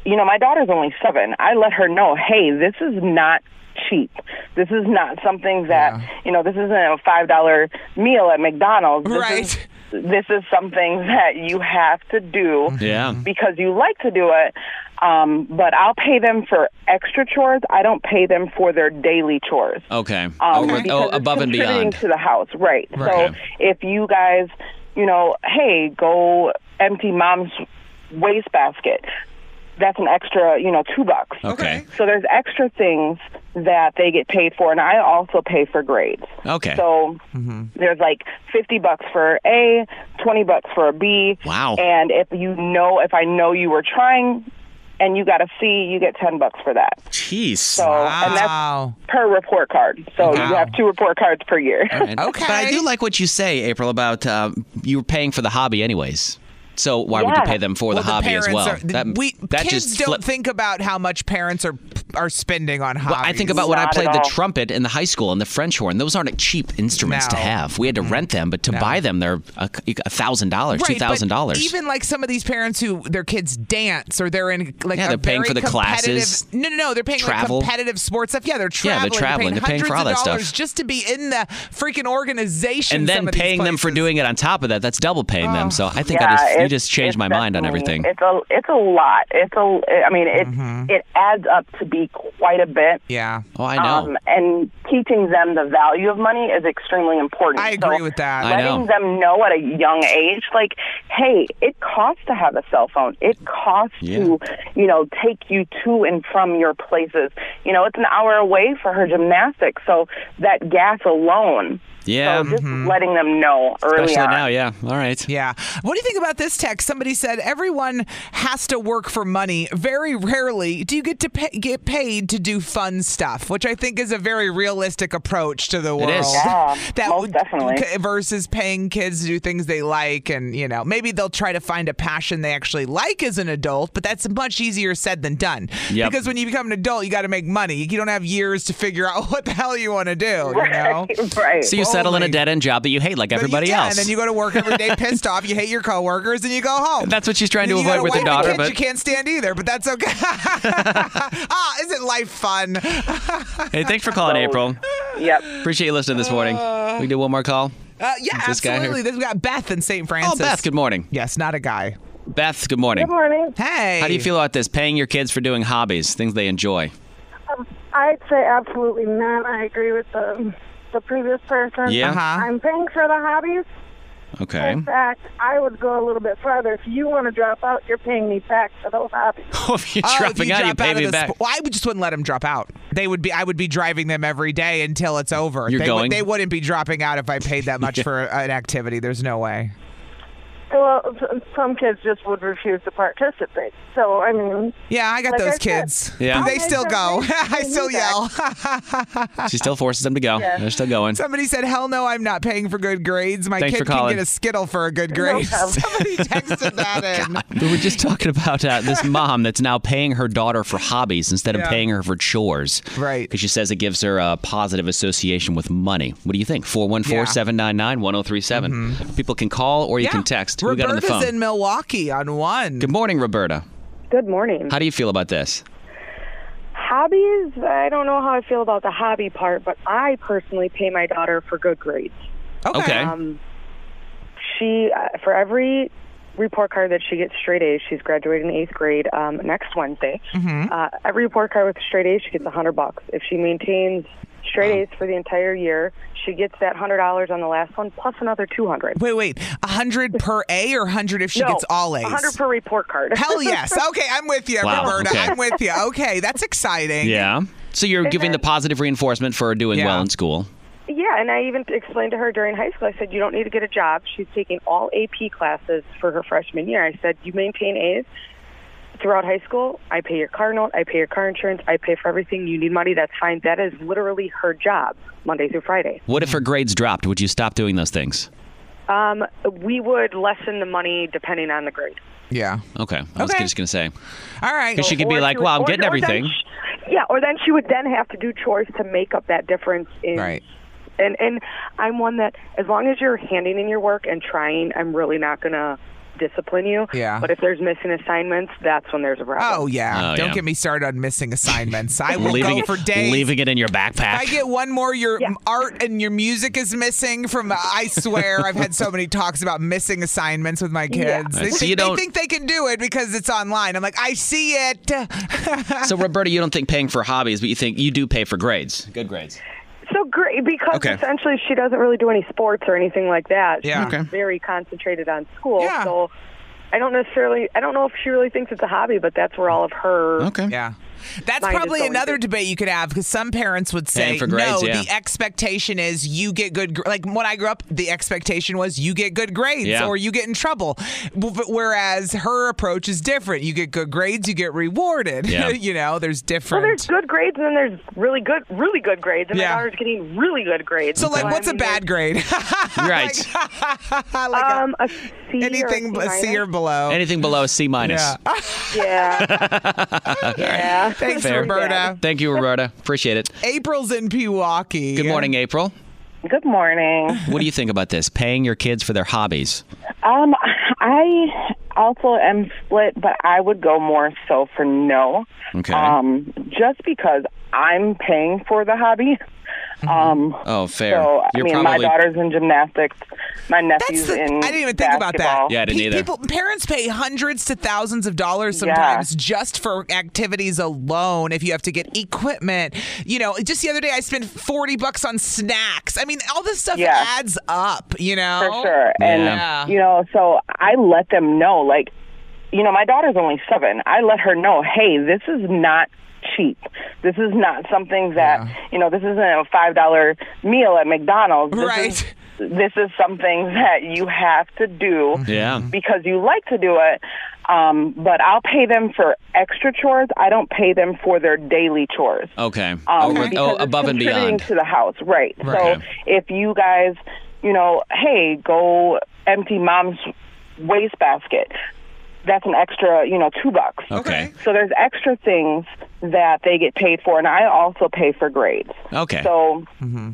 you know, my daughter's only seven. I let her know, hey, this is not cheap. This is not something that, you know, this isn't a $5 meal at McDonald's. This
Right.
Is, this is something that you have to do
Yeah.
because you like to do it. Um, but I'll pay them for extra chores. I don't pay them for their daily chores.
Okay.
Um,
Over,
because
oh,
it's
above and
contributing
beyond.
to the house, right?
Right.
So if you guys, you know, hey, go empty mom's wastebasket. That's an extra, you know, two bucks.
Okay.
So there's extra things that they get paid for, and I also pay for grades.
Okay.
So there's like fifty bucks for A, twenty bucks for a B.
Wow.
And if you know, if I know you were trying, and you got a C, you get ten bucks for that.
Jeez.
So and that's per report card. So you have two report cards per year.
But I do like what you say, April, about uh, you were paying for the hobby anyways. So why would you
Yeah.
pay them for
Well,
the hobby as
parents
well?
are-
that
we
that
kids
just
don't
flip-
think about how much parents are are spending on hobbies.
Well, I think about when I played the trumpet in the high school and the French horn. Those aren't cheap instruments to
No.
have. We had to rent them, but to buy them, they're a thousand dollars, two
Right, but
thousand dollars.
Even like some of these parents who their kids dance or they're in like
Yeah,
a
they're paying
very
for the
competitive-
classes,
No, no, no, they're paying
travel.
like competitive sports stuff. Yeah, they're
Yeah,
traveling.
they're traveling. They're paying for all
hundreds
that
of dollars
stuff.
just to be in the freaking organization.
And
some
then
of these
paying them for doing it on top of that—that's double paying them. So I think
Yeah,
I just, you
it's-
just changed my mind on everything.
It's a it's a lot. It's a I mean it it adds up to be quite a bit.
Yeah.
Oh, I know.
Um, and teaching them the value of money is extremely important. I agree
with that.
I know.
Letting them know at a young age, like, hey, it costs to have a cell phone. It costs to, you know, take you to and from your places. You know, it's an hour away for her gymnastics, so that gas alone.
yeah. mm-hmm.
Just letting them know early
Mm. Especially
on.
now, yeah. All right.
Yeah. What do you think about this text? Somebody said everyone has to work for money. Very rarely do you get to pay, get paid to do fun stuff, which I think is a very realistic approach to the
It
world.
is. Yeah, most
would-
definitely.
c- versus paying kids to do things they like, and you know maybe they'll try to find a passion they actually like as an adult, but that's much easier said than done.
Yep.
Because when you become an adult, you got to make money. You don't have years to figure out what the hell you want to do. You know.
right.
So you settle in a dead-end job that you hate, like everybody
Yeah,
else.
and then you go to work every day pissed off. You hate your coworkers, and you go home.
That's what she's trying to
Then you got
avoid with
a
her
wife and
daughter,
kids
but-
you can't stand either. But that's okay. ah, isn't life fun?
hey, thanks for calling, April.
Yep.
Appreciate you listening this morning. we can do one more call.
Uh, yeah,
This guy here.
absolutely. Then we got Beth in St. Francis.
Oh, Beth. Good morning.
Yes, not a guy.
Beth. Good morning.
morning.
Hey.
How do you feel about this? Paying your kids for doing hobbies, things they enjoy.
Um, I'd say absolutely not. I agree with the the previous person.
Yeah. Uh-huh.
I'm paying for the hobbies,
Okay.
In fact, I would go a little bit farther. If you want to drop out, you're paying me back for those hobbies.
if you're
Oh,
dropping out, you pay me
of the
back.
sp- well, I would just wouldn't let them drop out. They would be. I would be driving them every day until it's over.
You're
they,
going?
Would, they wouldn't be dropping out if I paid that much for an activity. There's no way.
Well, s- uh, some kids just would refuse to participate. So I mean,
yeah, I got
like
those
said,
kids.
Yeah.
They still go. I still yell.
She still forces them to go.
Yeah.
They're still going.
Somebody said, "Hell no, I'm not paying for good grades. My
Thanks for
kid can
calling.
get a skittle for a good grade." Somebody texted that in.
We were just talking about uh, this mom that's now paying her daughter for hobbies instead of
Yeah.
paying her for chores.
Right.
Because she says it gives her a positive association with money. What do you think? 414 799 1037. People can call or
Mm-hmm.
you
Yeah.
can text. Who we got on the
Roberta's
phone?
in Milwaukee on one.
Good morning, Roberta.
Good morning.
How do you feel about this?
Hobbies, I don't know how I feel about the hobby part, but I personally pay my daughter for good grades.
Okay. Okay.
Um, she, uh, for every report card that she gets straight A's, she's graduating eighth grade um, next Wednesday.
Hmm? Mm-hmm.
Mhm.
Uh, every report card with a straight A's, she gets a hundred bucks. If she maintains straight A's for the entire year, she gets that hundred dollars on the last one plus another two hundred.
Wait, Oh, wait, a hundred per A or a hundred if she
no,
gets all A's?
A hundred per report card.
Hell yes. Okay, I'm with you,
Wow,
Roberta.
okay.
I'm with you. Okay, that's exciting.
Yeah. So you're giving the positive reinforcement for doing well in school.
Yeah, and I even explained to her during high school. I said, "You don't need to get a job." She's taking all AP classes for her freshman year. I said, "You maintain A's throughout high school. I pay your car note. I pay your car insurance. I pay for everything. You need money. That's fine. That is literally her job, Monday through Friday."
What if her
Mm-hmm.
grades dropped? Would you stop doing those things?
Um, we would lessen the money depending on the grade.
Yeah.
Okay. I was
Okay.
just going to say.
All right.
Because she could be
Or
like,
she would-
well, I'm
or-
getting
or then
everything.
she- yeah, or then she would then have to do chores to make up that difference in.
Right.
And and I'm one that as long as you're handing in your work and trying, I'm really not gonna discipline you.
Yeah.
But if there's missing assignments, that's when there's a problem.
Oh yeah.
Oh,
Don't
yeah.
get me started on missing assignments. I will
leaving
go
it,
for days.
Leaving it in your
If
backpack.
I get one more, your art and your music is missing from. I swear, I've had so many talks about missing assignments with my
Yeah.
kids.
Right,
They,
so
think,
you
they
don't-
think they can do it because it's online. I'm like, I see it.
so Roberta, you don't think paying for hobbies, but you think you do pay for grades. Good grades.
So great because
Okay.
essentially she doesn't really do any sports or anything like that.
Yeah.
She's
Okay.
very concentrated on school. So I don't necessarily I don't know if she really thinks it's a hobby, but that's where all of her
Okay.
Yeah. That's
Mine is
probably
going
another debate you could have because some parents would
Paying
say,
for grades,
no,
yeah.
the expectation is you get good. gr- Like when I grew up, the expectation was you get good grades
Yeah.
or you get in trouble. W- but Whereas her approach is different. You get good grades, you get rewarded.
Yeah.
you know, there's
Well,
different.
there's good grades and then there's really good, really good grades, and
Yeah.
my daughter's getting really good grades.
so, like,
I
what's a
mean,
bad grade? Oh
Right.
like um,
a
C anything
or a
but
C
C, or below.
Anything below a C minus.
Yeah.
yeah.
yeah.
Thanks, Roberta.
Thank you, Roberta. Appreciate it.
April's in Pewaukee.
Good morning, April.
Good morning.
What do you think about this? Paying your kids for their hobbies.
Um, I also am split, but I would go more so for no.
Okay.
Um, just because I'm paying for the hobby. Um,
Oh, fair.
So, I
You're
mean, my
probably-
daughter's in gymnastics. My
That's
nephew's
the, I
in.
didn't even think about that.
basketball. Yeah, I didn't
Pe-
either.
People, parents pay hundreds to thousands of dollars sometimes just for activities alone. If you have to get equipment, you know, just the other day I spent forty bucks on snacks. I mean, all this stuff
Yeah.
adds up. You know,
For sure. And,
yeah.
you know, so I let them know, like, you know, my daughter's only seven. I let her know, hey, this is not cheap. This is not something that, you know, this isn't a $5 meal at McDonald's. This
Right.
Is, this is something that you have to do
Mm-hmm.
Yeah.
because you like to do it. Um, but I'll pay them for extra chores. I don't pay them for their daily chores.
Okay. Um,
Um,
oh,
because it's
above and
contributing
beyond.
to the house, right?
Right.
So if you guys, you know, hey, go empty mom's wastebasket. That's an extra, you know, two bucks.
Okay.
So there's extra things that they get paid for, and I also pay for grades.
Okay.
So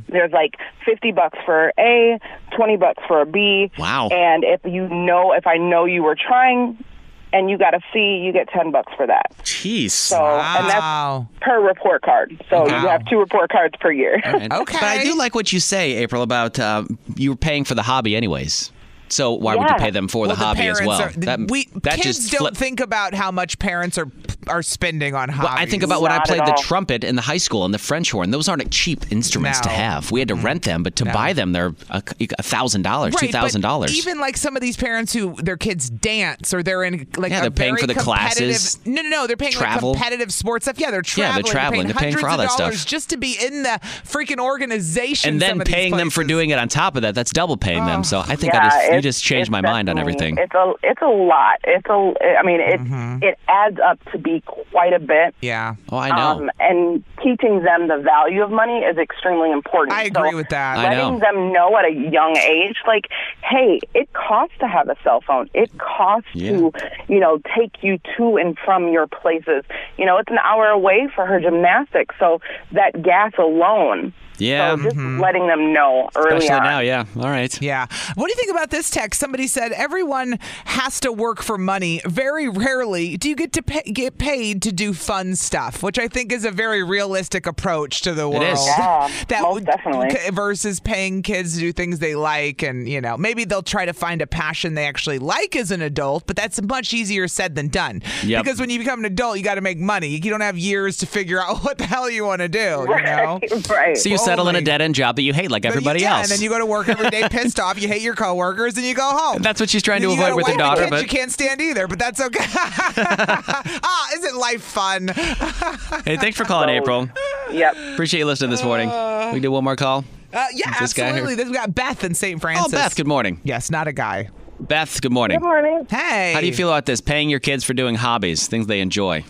there's like fifty bucks for A, twenty bucks for a B.
Wow.
And if you know, if I know you were trying, and you got a C, you get ten bucks for that.
Jeez.
So and that's per report card. So you have two report cards per year.
All right. But I do like what you say, April, about uh, you were paying for the hobby anyways. So why would you
Yeah.
pay them for
Well,
the, hobby as
parents
well?
are-
that
we
that
kids
just
don't
flip-
think about how much parents are are spending on hobbies.
Well, I think about when I played the trumpet in the high school and the French horn. Those aren't cheap instruments to
No.
have. We had to rent them, but to
No.
buy them, they're a thousand dollars, two
Right, but
thousand dollars.
Even like some of these parents who their kids dance or they're in like
Yeah,
a
they're paying
very
for the
competitive-
classes,
No, no, no, they're paying
travel.
like competitive sports stuff. Yeah, they're
Yeah,
traveling.
they're traveling. They're paying for all
hundreds
that
of
stuff.
dollars just to be in the freaking organization.
And then
some of these
paying them for
places.
doing it on top of that, that's double paying them. So I think
Oh, Yeah,
I just, you
it's-
just changed
it's
my mind on
definitely-
everything.
It's a it's a lot. It's a I mean it it adds up to be quite a bit.
Yeah. Uh,
Oh, I know.
Um, and teaching them the value of money is extremely important. I agree with
that.
I know.
Letting them know at a young age, like, hey, it costs to have a cell phone. It costs to, you know, take you to and from your places. You know, it's an hour away for her gymnastics, so that gas alone.
yeah.
Just letting them know early
Mm. Especially
on.
now, yeah. All right.
Mm-hmm. Yeah. What do you think about this text? Somebody said everyone has to work for money. Very rarely do you get to pay, get paid to do fun stuff, which I think is a very realistic approach to the
It
world.
is. Yeah,
that most definitely. Versus paying kids to do things they like, and you know maybe they'll try to find a passion they actually like as an adult, but that's much easier said than done.
Yep.
Because when you become an adult, you got to make money. You don't have years to figure out what the hell you want to do. You know.
right.
So you settle in a dead end job that you hate like
But you-
everybody
yeah,
else.
And then you go to work every day pissed off. You hate your coworkers, and you go home.
That's what she's trying to
Then you got
avoid
a
with the
wife and
daughter,
kids
but-
you can't stand either. But that's okay. ah, isn't life fun?
hey, thanks for
Oh.
calling, April.
Yep.
Appreciate you listening this morning. we can do one more call.
Uh, yeah,
Is this guy here?
absolutely. Then we got Beth in St. Francis.
Oh, Beth, good morning.
Yes, not a guy.
Beth, good morning.
Good morning.
Hey.
How do you feel about this? Paying your kids for doing hobbies, things they enjoy.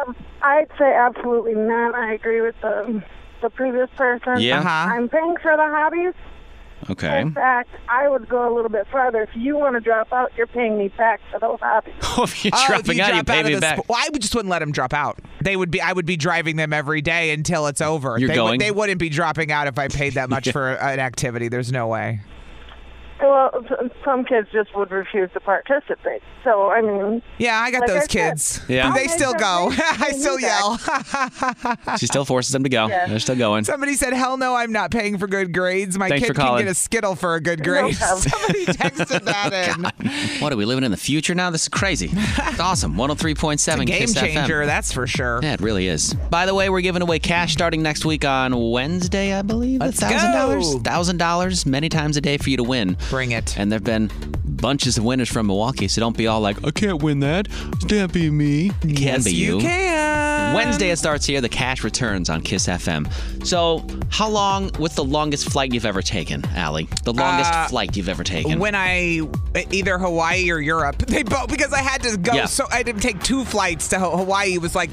Um, I'd say absolutely not. I agree with the the previous person.
Yeah. Uh-huh.
I'm paying for the hobbies.
Okay.
In fact, I would go a little bit farther. If you want to drop out, you're paying me back for those hobbies.
Oh, if you're
Oh, if
dropping
you
out, you
drop
pay
of
me
the
back.
sp- well, I would just wouldn't let them drop out. They would be. I would be driving them every day until it's over.
You're
they
going?
Would, they wouldn't be dropping out if I paid that much for an activity. There's no way.
Oh.
Well, s- some kids just would refuse to participate. So I mean,
yeah, I got those kids.
Yeah.
They still go. I still yell.
She still forces them to go.
Yeah.
They're still going.
Somebody said, "Hell no, I'm not paying for good grades. My
Thanks
kid
for
can
calling.
get a skittle for a good grade." Somebody texted that in.
Oh, What are we living in the future now? This is crazy. It's awesome. 103.7
It's a game
Kiss FM.
changer, that's for sure.
Yeah, it really is. By the way, we're giving away cash starting next week on Wednesday, I believe.
Let's
$1,000.
go.
$1,000 many times a day for you to win.
Bring it.
And there have been bunches of winners from Milwaukee, so don't be all like, I can't win that. It can't be me. It can
Yes,
be you.
you can.
Wednesday it starts here. The cash returns on Kiss FM. So, how long? What's the longest flight you've ever taken, Allie? The longest
Uh,
flight you've ever taken?
When I either Hawaii or Europe, they both because I had to go.
Yeah.
So I didn't take two flights to Ha- Hawaii. It was like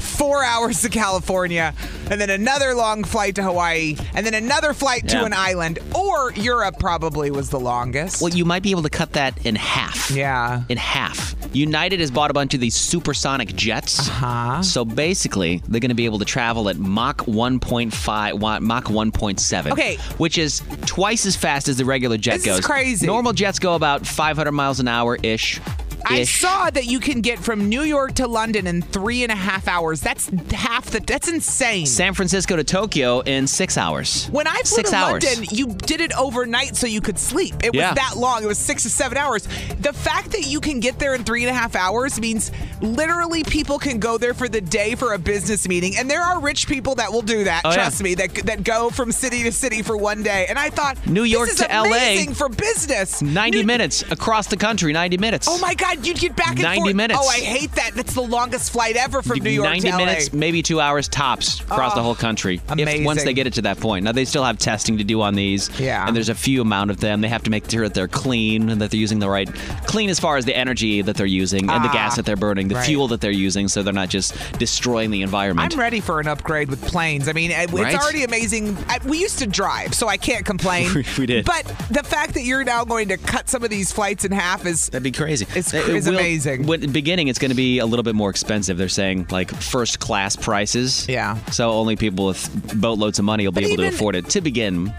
four hours to California, and then another long flight to Hawaii, and then another flight
Yeah.
to an island or Europe. Probably was the longest.
Well, you might be able to cut that in half.
Yeah.
In half. United has bought a bunch of these supersonic jets. Uh-huh. So basically, they're going to be able to travel at Mach 1.5, wa- Mach 1.7.
Okay.
Which is twice as fast as the regular jet
This is
goes.
crazy.
Normal jets go about 500 miles an hour ish.
I saw that you can get from New York to London in three and a half hours. That's half the. That's insane.
San Francisco to Tokyo in six hours.
When I flew
six
to
hours.
London, you did it overnight so you could sleep. It
Yeah.
was that long. It was six to seven hours. The fact that you can get there in three and a half hours means literally people can go there for the day for a business meeting. And there are rich people that will do that.
Oh, yeah.
trust me, that that go from city to city for one day. And I thought
New York
this is
to LA.
amazing for business.
90 minutes across the country, 90 minutes.
Oh my God! You'd get back and
90
forth.
minutes.
Oh, I hate that. That's the longest flight ever from New York
90
to LA.
minutes, maybe two hours tops across
Oh,
the whole country. If, once
amazing.
they get it to that point. Now, they still have testing to do on these.
Yeah.
And there's a few amount of them. They have to make sure that they're clean and that they're using the right, clean as far as the energy that they're using and the
Ah,
gas that they're burning, the
right.
fuel that they're using, so they're not just destroying the environment.
I'm ready for an upgrade with planes. I mean, it-
Right?
it's already amazing. I, we used to drive, so I can't complain.
We- we did.
But the fact that you're now going to cut some of these flights in half is
That'd be crazy.
It's,
It- it
it's
will-
amazing.
When, beginning, it's going to be a little bit more expensive. They're saying like first class prices.
Yeah.
So only people with boatloads of money will be able to afford it to begin.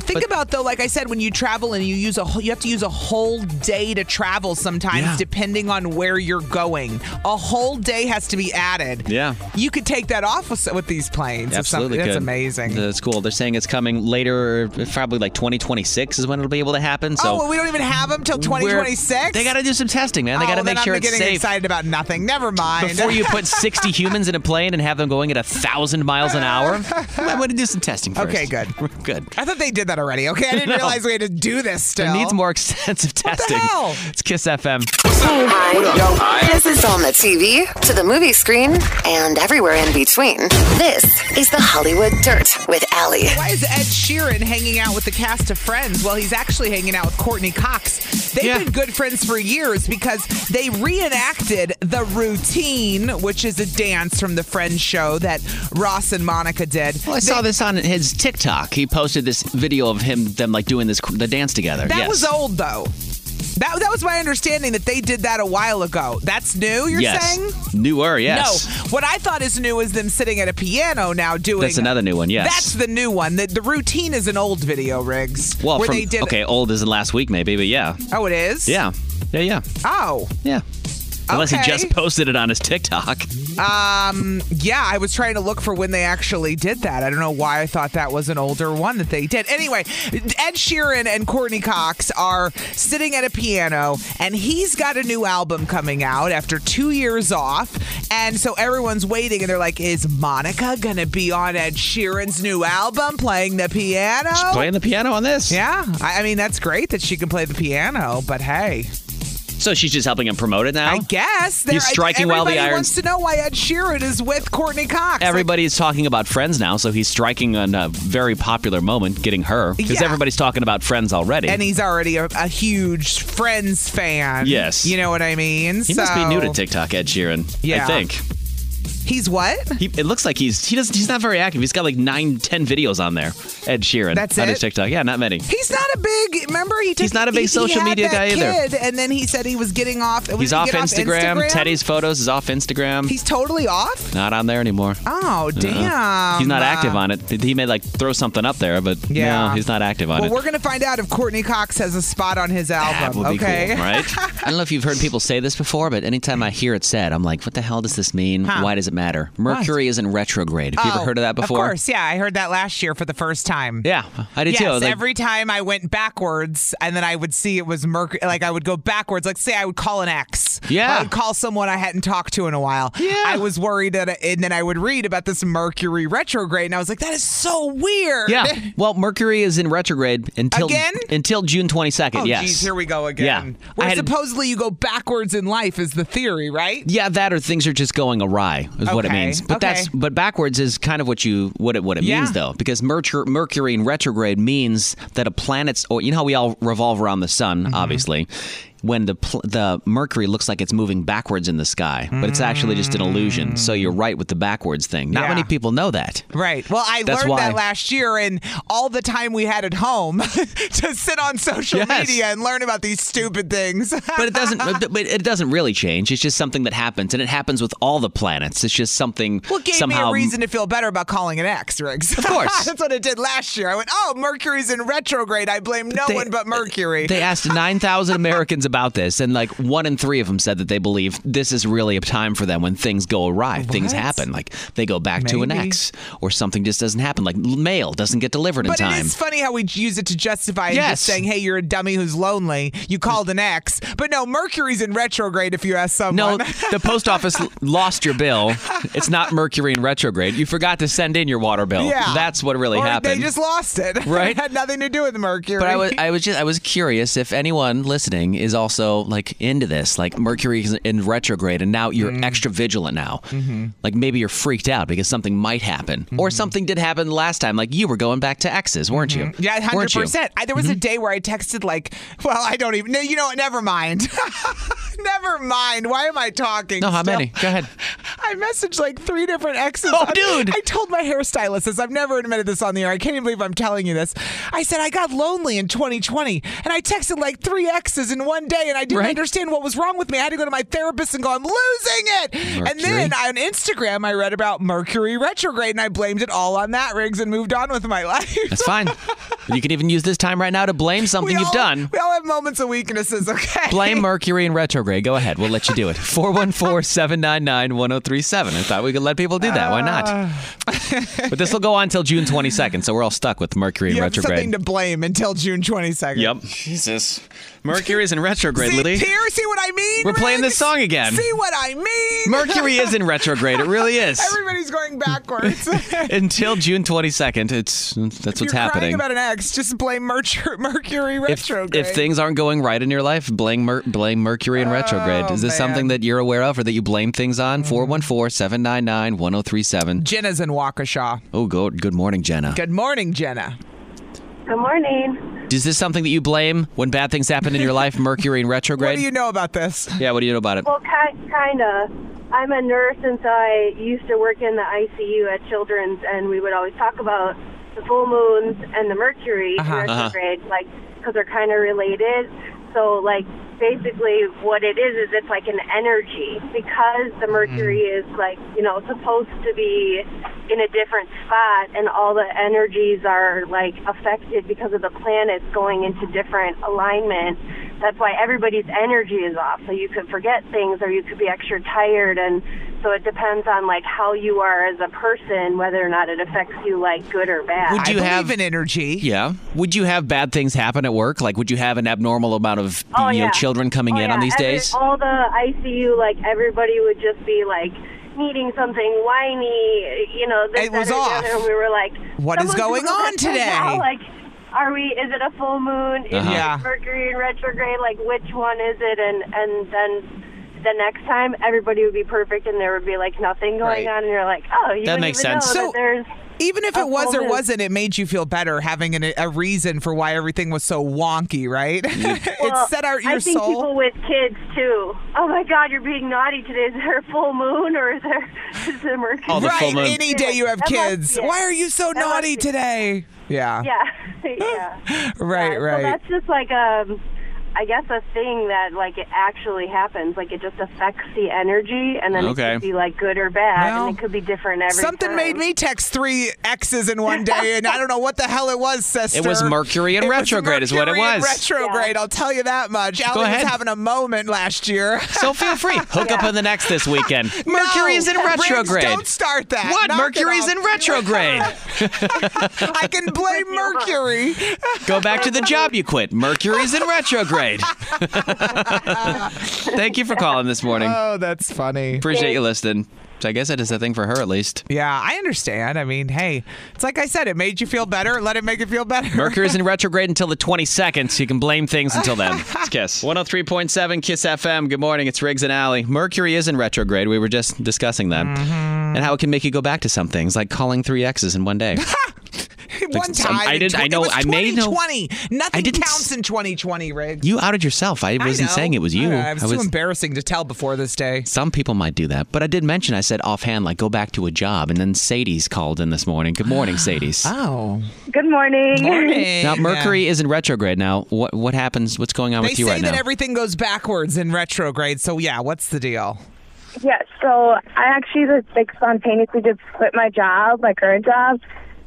Think about though, like I said, when you travel and you use a whole- you have to use a whole day to travel sometimes,
Yeah.
depending on where you're going. A whole day has to be added.
Yeah.
You could take that off with, with these planes. if
Absolutely,
something-
could.
That's amazing.
That's cool. They're saying it's coming later, probably like 2026 is when it'll be able to happen. So
oh, well, we don't even have them till
we're-
2026.
They got to do some testing, man. They
oh,
got to
then
make sure
I'm
it's
getting
safe.
excited about nothing. Never mind.
Before you put 60 humans in a plane and have them going at a thousand miles an hour, I want to do some testing first.
Okay, good.
good.
I thought they did that already. Okay, I didn't
No.
realize we had to do this. Still,
It needs more extensive testing.
hell?
It's Kiss FM.
Hi. This is on the TV, to the movie screen, and everywhere in between. This is the Hollywood Dirt with Allie.
Why is Ed Sheeran hanging out with the cast of Friends? Well, he's actually hanging out with Courtney Cox. They've been good friends for years because they reenacted the routine, which is a dance from the Friends show that Ross and Monica did.
Well, I saw this on his TikTok. He posted this video of him them like doing this the dance together.
That
yes.
was old though. That, that was my understanding that they did that a while ago. That's new, you're
yes.
saying?
Newer, yes.
No. What I thought is new is them sitting at a piano now doing
That's another new one, yes.
That's the new one. The, the routine is an old video, Riggs.
Well,
where
from,
they did
okay, old as in last week maybe, but yeah.
Oh, it is?
Yeah. Yeah, yeah.
Oh.
Yeah. Unless he
Okay.
just posted it on his TikTok.
Um, yeah, I was trying to look for when they actually did that. I don't know why I thought that was an older one that they did. Anyway, Ed Sheeran and Courtney Cox are sitting at a piano, and he's got a new album coming out after two years off. And so everyone's waiting, and they're like, Is Monica going to be on Ed Sheeran's new album playing the piano? She's
playing the piano on this.
Yeah. I, I mean, that's great that she can play the piano, but hey.
So she's just helping him promote it now?
I guess they're-
He's striking while the
everybody
iron's
wants to know why Ed Sheeran is with Courtney Cox. Like,
Everybody's talking about Friends now, so he's striking on a very popular moment, getting her because
Yeah.
everybody's talking about Friends already.
and he's already a, a huge Friends fan.
Yes.
you know what I mean.
he must be new to
So,
TikTok, Ed Sheeran.
Yeah.
I think
He's what?
he, it looks like he's he doesn't he's not very active. He's got like nine, ten videos on there. Ed Sheeran
That's
on
it?
his TikTok. Yeah, not many.
He's not a big. Remember, he took,
He's not a big
he- he
social
had
media
that
guy either.
Kid, and then he said he was getting off. was
he's
he
off
get
Instagram.
Instagram.
Teddy's photos is off Instagram.
He's totally off.
not on there anymore.
Oh
Uh-uh.
damn!
He's not
Uh,
active on it. He may like throw something up there, but
Yeah.
no, he's not active on
Well,
it.
we're gonna find out if Courtney Cox has a spot on his
That
album.
would be
okay,
cool, right? I don't know if you've heard people say this before, but anytime I hear it said, I'm like, what the hell does this mean?
Huh.
Why does it matter? Mercury is in retrograde. Have you
Oh,
ever heard of that before?
Of course, yeah. I heard that last year for the first time.
Yeah, I did
yes,
too. I was like-
every time I went backwards and then I would see it was Mercury, like I would go backwards. Like, say I would call an ex.
Yeah.
I would call someone I hadn't talked to in a while. Yeah. I was worried that, and then I would read about this Mercury retrograde and I was like, that is so weird.
Yeah. Well, Mercury is in retrograde until
Again?
until June 22nd.
Oh,
yes.
geez, here we go again.
Yeah.
Where
I had-
supposedly you go backwards in life is the theory, right?
yeah, that or things are just going awry is what it
Okay,
means. But
okay.
that's but backwards is kind of what you what it what it
Yeah.
means though, because Mercury Mercury in retrograde means that a planet's or you know how we all revolve around the sun,
Mm-hmm.
obviously. When the pl- the Mercury looks like it's moving backwards in the sky, but it's actually just an illusion. So you're right with the backwards thing. Not many people know that.
Mm. Right. Well, I
That's
learned that
why.
last year, and all the time we had at home to sit on social
Yes.
media and learn about these stupid things.
but it doesn't. But but it doesn't really change. It's just something that happens, and it happens with all the planets. It's just something.
Well, it gave
somehow
me a reason to feel better about calling an ex, Riggs. Of
course.
That's what it did last year. I went, oh, Mercury's in retrograde. I blame no
They-
one but Mercury.
They asked 9,000 Americans about this, and like one in three of them said that they believe this is really a time for them when things go awry, things happen. Like they go back to an
Maybe.
ex, or something just doesn't happen. Like mail doesn't get delivered in
but
time.
it is funny how we use it to justify and
Yes.
just saying, hey, you're a dummy who's lonely. You called an ex. But no, Mercury's in retrograde if you ask
no,
someone.
the post office l- lost your bill. It's not Mercury in retrograde. You forgot to send in your water bill.
Yeah.
That's what really
Or
happened.
They just lost it.
Right?
it had nothing to do with Mercury.
But I was, I was just, I was curious if anyone listening is also like into this, like Mercury is in retrograde, and now you're
Mm.
extra vigilant now.
Mm-hmm.
Like maybe you're freaked out because something might happen, or something did happen last time. Like you were going back to exes, weren't you?
Mm-hmm.
Mm-hmm.
Yeah,
Weren't
hundred
you?
percent. There was a day where I texted like, "Well, I don't even. No, you know what? Never mind. Never mind. Why am I talking?
No, how
still?
many? Go ahead.
I messaged like three different exes. Oh, dude! I told my hairstylist this. I've never admitted this on the air. I can't even believe I'm telling you this. I said I got lonely in 2020, and I texted like three exes in one day, and I didn't
Right.
understand what was wrong with me. I had to go to my therapist and go, "I'm losing it." And
Mercury.
then on Instagram, I read about Mercury retrograde, and I blamed it all on that, Riggs, and moved on with my life.
That's fine. you can even use this time right now to blame something you've done.
We all have moments of weaknesses, okay?
Blame Mercury and retrograde. Go ahead. We'll let you do it. 414 799 1037. I thought we could let people do that. Why
Uh,
not? But this will go on till June 22nd, so we're all stuck with Mercury in
you have
retrograde.
something to blame until June 22nd.
Yep. Jesus. Mercury's in retrograde,
See,
Lily.
Pierre, see what I mean?
We're playing
Riggs?
this song again.
See what I mean?
Mercury is in retrograde. It really is.
Everybody's going backwards. If
Until June 22nd, it's that's
You're
what's happening.
crying about an ex. Just blame Merch- Mercury
If,
retrograde. Oh,
if things aren't going right in your life, blame Mer- blame Mercury in retrograde. Is this something that you're aware of or that you blame things on? 414 799 1037.
Mm. Jenna's in Waukesha.
Oh, good, good morning, Jenna.
Good morning, Jenna.
Good morning.
Is this something that you blame when bad things happen in your life, Mercury in retrograde? What do
you know about this?
Yeah, what do you know about it?
Well, ki- kind of. I'm a nurse, and so I used to work in the ICU at Children's, and we would always talk about the full moons and the Mercury
Uh-huh.
in
Uh-huh.
retrograde, like because they're kind of related. So, like basically, what it is is it's like an energy because the Mercury
Mm.
is like you know supposed to be in a different spot, and all the energies are like affected because of the planets going into different alignment. That's why everybody's energy is off. So you could forget things, or you could be extra tired, and so it depends on like how you are as a person, whether or not it affects you like good or bad.
Would you have
an energy?
Yeah. Would you have bad things happen at work? Like, would you have an abnormal amount of
Oh,
you know
yeah.
children coming in on
Oh, Yeah,
these
every-
days?
All the ICU, like everybody would just be like needing something whiny, you know. This,
It was
that, or the
off.
other. We were like,
What is
"Someone's
going on
right
today?"
now, Like, are we? Is it a full moon? Is
Uh-huh.
it
Yeah.
Mercury in retrograde? Like, which one is it? And and then. The next time, everybody would be perfect, and there would be like nothing going
Right.
on, and you're like, "Oh, you
That
didn't
makes
even
sense.
Know
So,
that there's
Even if
a
it was
full
or
moon.
wasn't, it made you feel better having an, a reason for why everything was so wonky, right?
Well,
it set out your
I think
soul.
people with kids too. Oh my God, you're being naughty today. Is there a full moon or is there is there Mercury?
Oh, the full Right, moon. any day you have
That must
kids.
be it.
Why are you so
That must
naughty
be it.
today. Yeah.
Yeah, yeah.
Right,
So
right.
that's just like um, I guess a thing that like it actually happens. Like it just affects the energy, and then
Okay.
it could be like good or bad,
Well,
and it could be different every
Something
time.
made me text three X's in one day, and I don't know what the hell it was, sister.
It was Mercury in
It was
retrograde is what it
Mercury in
was.
retrograde, I'll tell you that much. Allie
ahead.
was having a moment last year.
So feel free. Hook up on the next this weekend.
No,
Mercury is in
Riggs,
retrograde.
don't start that.
What?
Knock it
Mercury's
off.
in retrograde.
I can blame Mercury.
Go back to the job you quit. Mercury's in retrograde. Thank you for calling this morning.
Oh, that's funny.
Appreciate you listening. So I guess that is a thing for her at least.
Yeah, I understand. I mean, hey, it's like I said, it made you feel better. Let it make you feel better.
Mercury's in retrograde until the 22nd, so you can blame things until then. It's Kiss. 103.7 Kiss FM. Good morning. It's Riggs and Alley. Mercury is in retrograde. We were just discussing that.
Mm-hmm.
And how it can make you go back to some things, like calling three X's in one day.
One
some-
time.
I
in
didn't-
tw-
I know-
It was
I may know-
2020. Nothing
didn't
counts in 2020, Riggs.
You outed yourself. I
I
wasn't
know.
saying it was
I
you.
know. It was too embarrassing to tell before this day.
Some people might do that, but I did mention I said offhand, like go back to a job, and then Sadie's called in this morning. Good morning, Sadie's.
Oh.
Good morning.
Now Mercury is in retrograde. Now what what happens? What's going on
They
with you
say
right
that
now?
everything goes backwards in retrograde. So yeah, what's the deal?
Yeah, so I actually just like spontaneously just quit my job, my current job,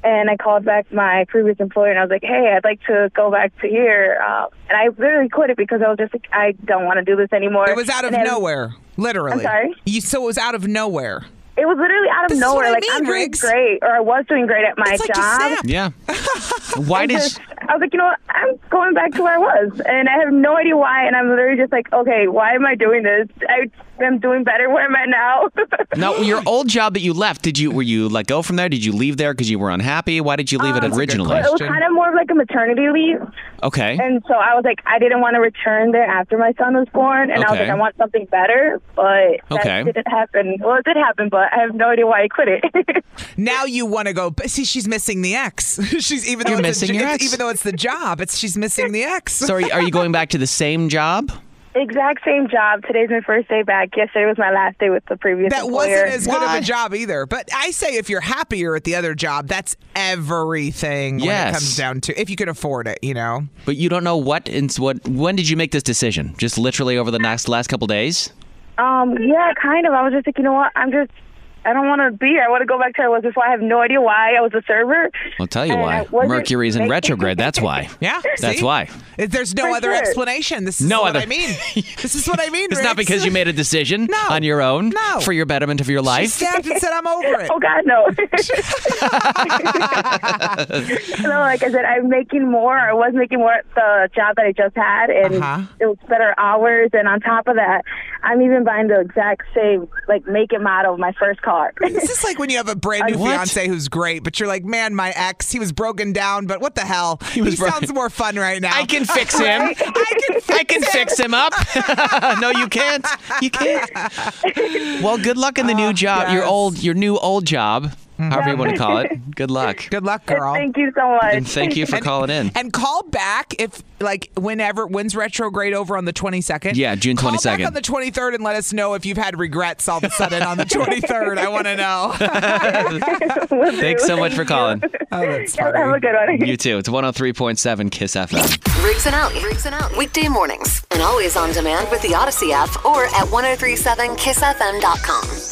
and I called back my previous employer and I was like, "Hey, I'd like to go back to here." Uh, and I literally quit it because I was just like, "I don't want to do this anymore."
It was out of
And then-
nowhere, literally.
I'm sorry?
You, so it was out of nowhere.
It was literally out of
This is what
nowhere.
I
like
mean,
I'm doing
Riggs.
great, or I was doing great at my
It's like a
job.
snap.
Yeah. Why did?
just- I was like, you know what? I'm going back to where I was, and I have no idea why. And I'm literally just like, okay, why am I doing this? I, I'm doing better where I'm at now.
Now your old job that you left, did you were you let go from there? Did you leave there because you were unhappy? Why did you leave
Oh,
it originally?
It was kind of more of like a maternity leave.
Okay.
And so I was like, I didn't want to return there after my son was born, and I was
Okay.
like, I want something better, but that
Okay.
didn't happen. Well, it did happen, but I have no idea why I quit it.
Now you want to go. But see, she's missing the X. she's even
You're
though it's a
missing
j-
your
it's-
ex.
even though it's the job. It's she's missing the X.
so are you, are you going back to the same job?
Exact same job. Today's my first day back. Yesterday was my last day with the previous
That
employer.
wasn't as good of a job either. But I say if you're happier at the other job, that's everything when it
Yes.
comes down to if you can afford it, you know.
But you don't know what and s- what. When did you make this decision? Just literally over the next last couple days.
Um, yeah, kind of. I was just like, you know what? I'm just, I don't want to be here. I want to go back to where I was before. I have no idea why I was a server.
I'll tell
Uh,
you
And I
why.
wasn't
Mercury's in
making-
retrograde. That's why.
Yeah,
That's
see?
why.
If There's no
For
other
sure.
explanation. This is
No
what
other-
I mean. this is what I mean.
It's not
Riggs.
because you made a decision on your own
No.
for your betterment of your
She
life.
snapped and said, "I'm over it."
Oh God, no! no, like I said, I'm making more. I was making more at the job that I just had, and it was better hours. And on top of that, I'm even buying the exact same like make and model of my first car.
It's just like when you have a brand new
What?
fiance who's great, but you're like, man, my ex, he was broken down, but what the hell? He, sounds more fun right now. I
can fix him.
I can fix,
I can fix him up. no, you can't. You can't. Well, good luck in the
Oh,
new job. Your old, your new old job,
Mm-hmm.
however you want to call it. Good luck.
Good luck, girl.
Thank you so much.
And thank you for calling in.
And call back if, like, whenever, when's retrograde over on the 22nd?
Yeah, June
Call back
22nd.
on the 23rd and let us know if you've had regrets all of a sudden on the 23rd. I want to know.
Thanks so much for calling.
Oh, that's
Have a good one.
You too. It's 103.7 Kiss FM.
Riggs and out. Riggs and out. Weekday mornings. And always on demand with the Odyssey app or at 1037kissfm.com.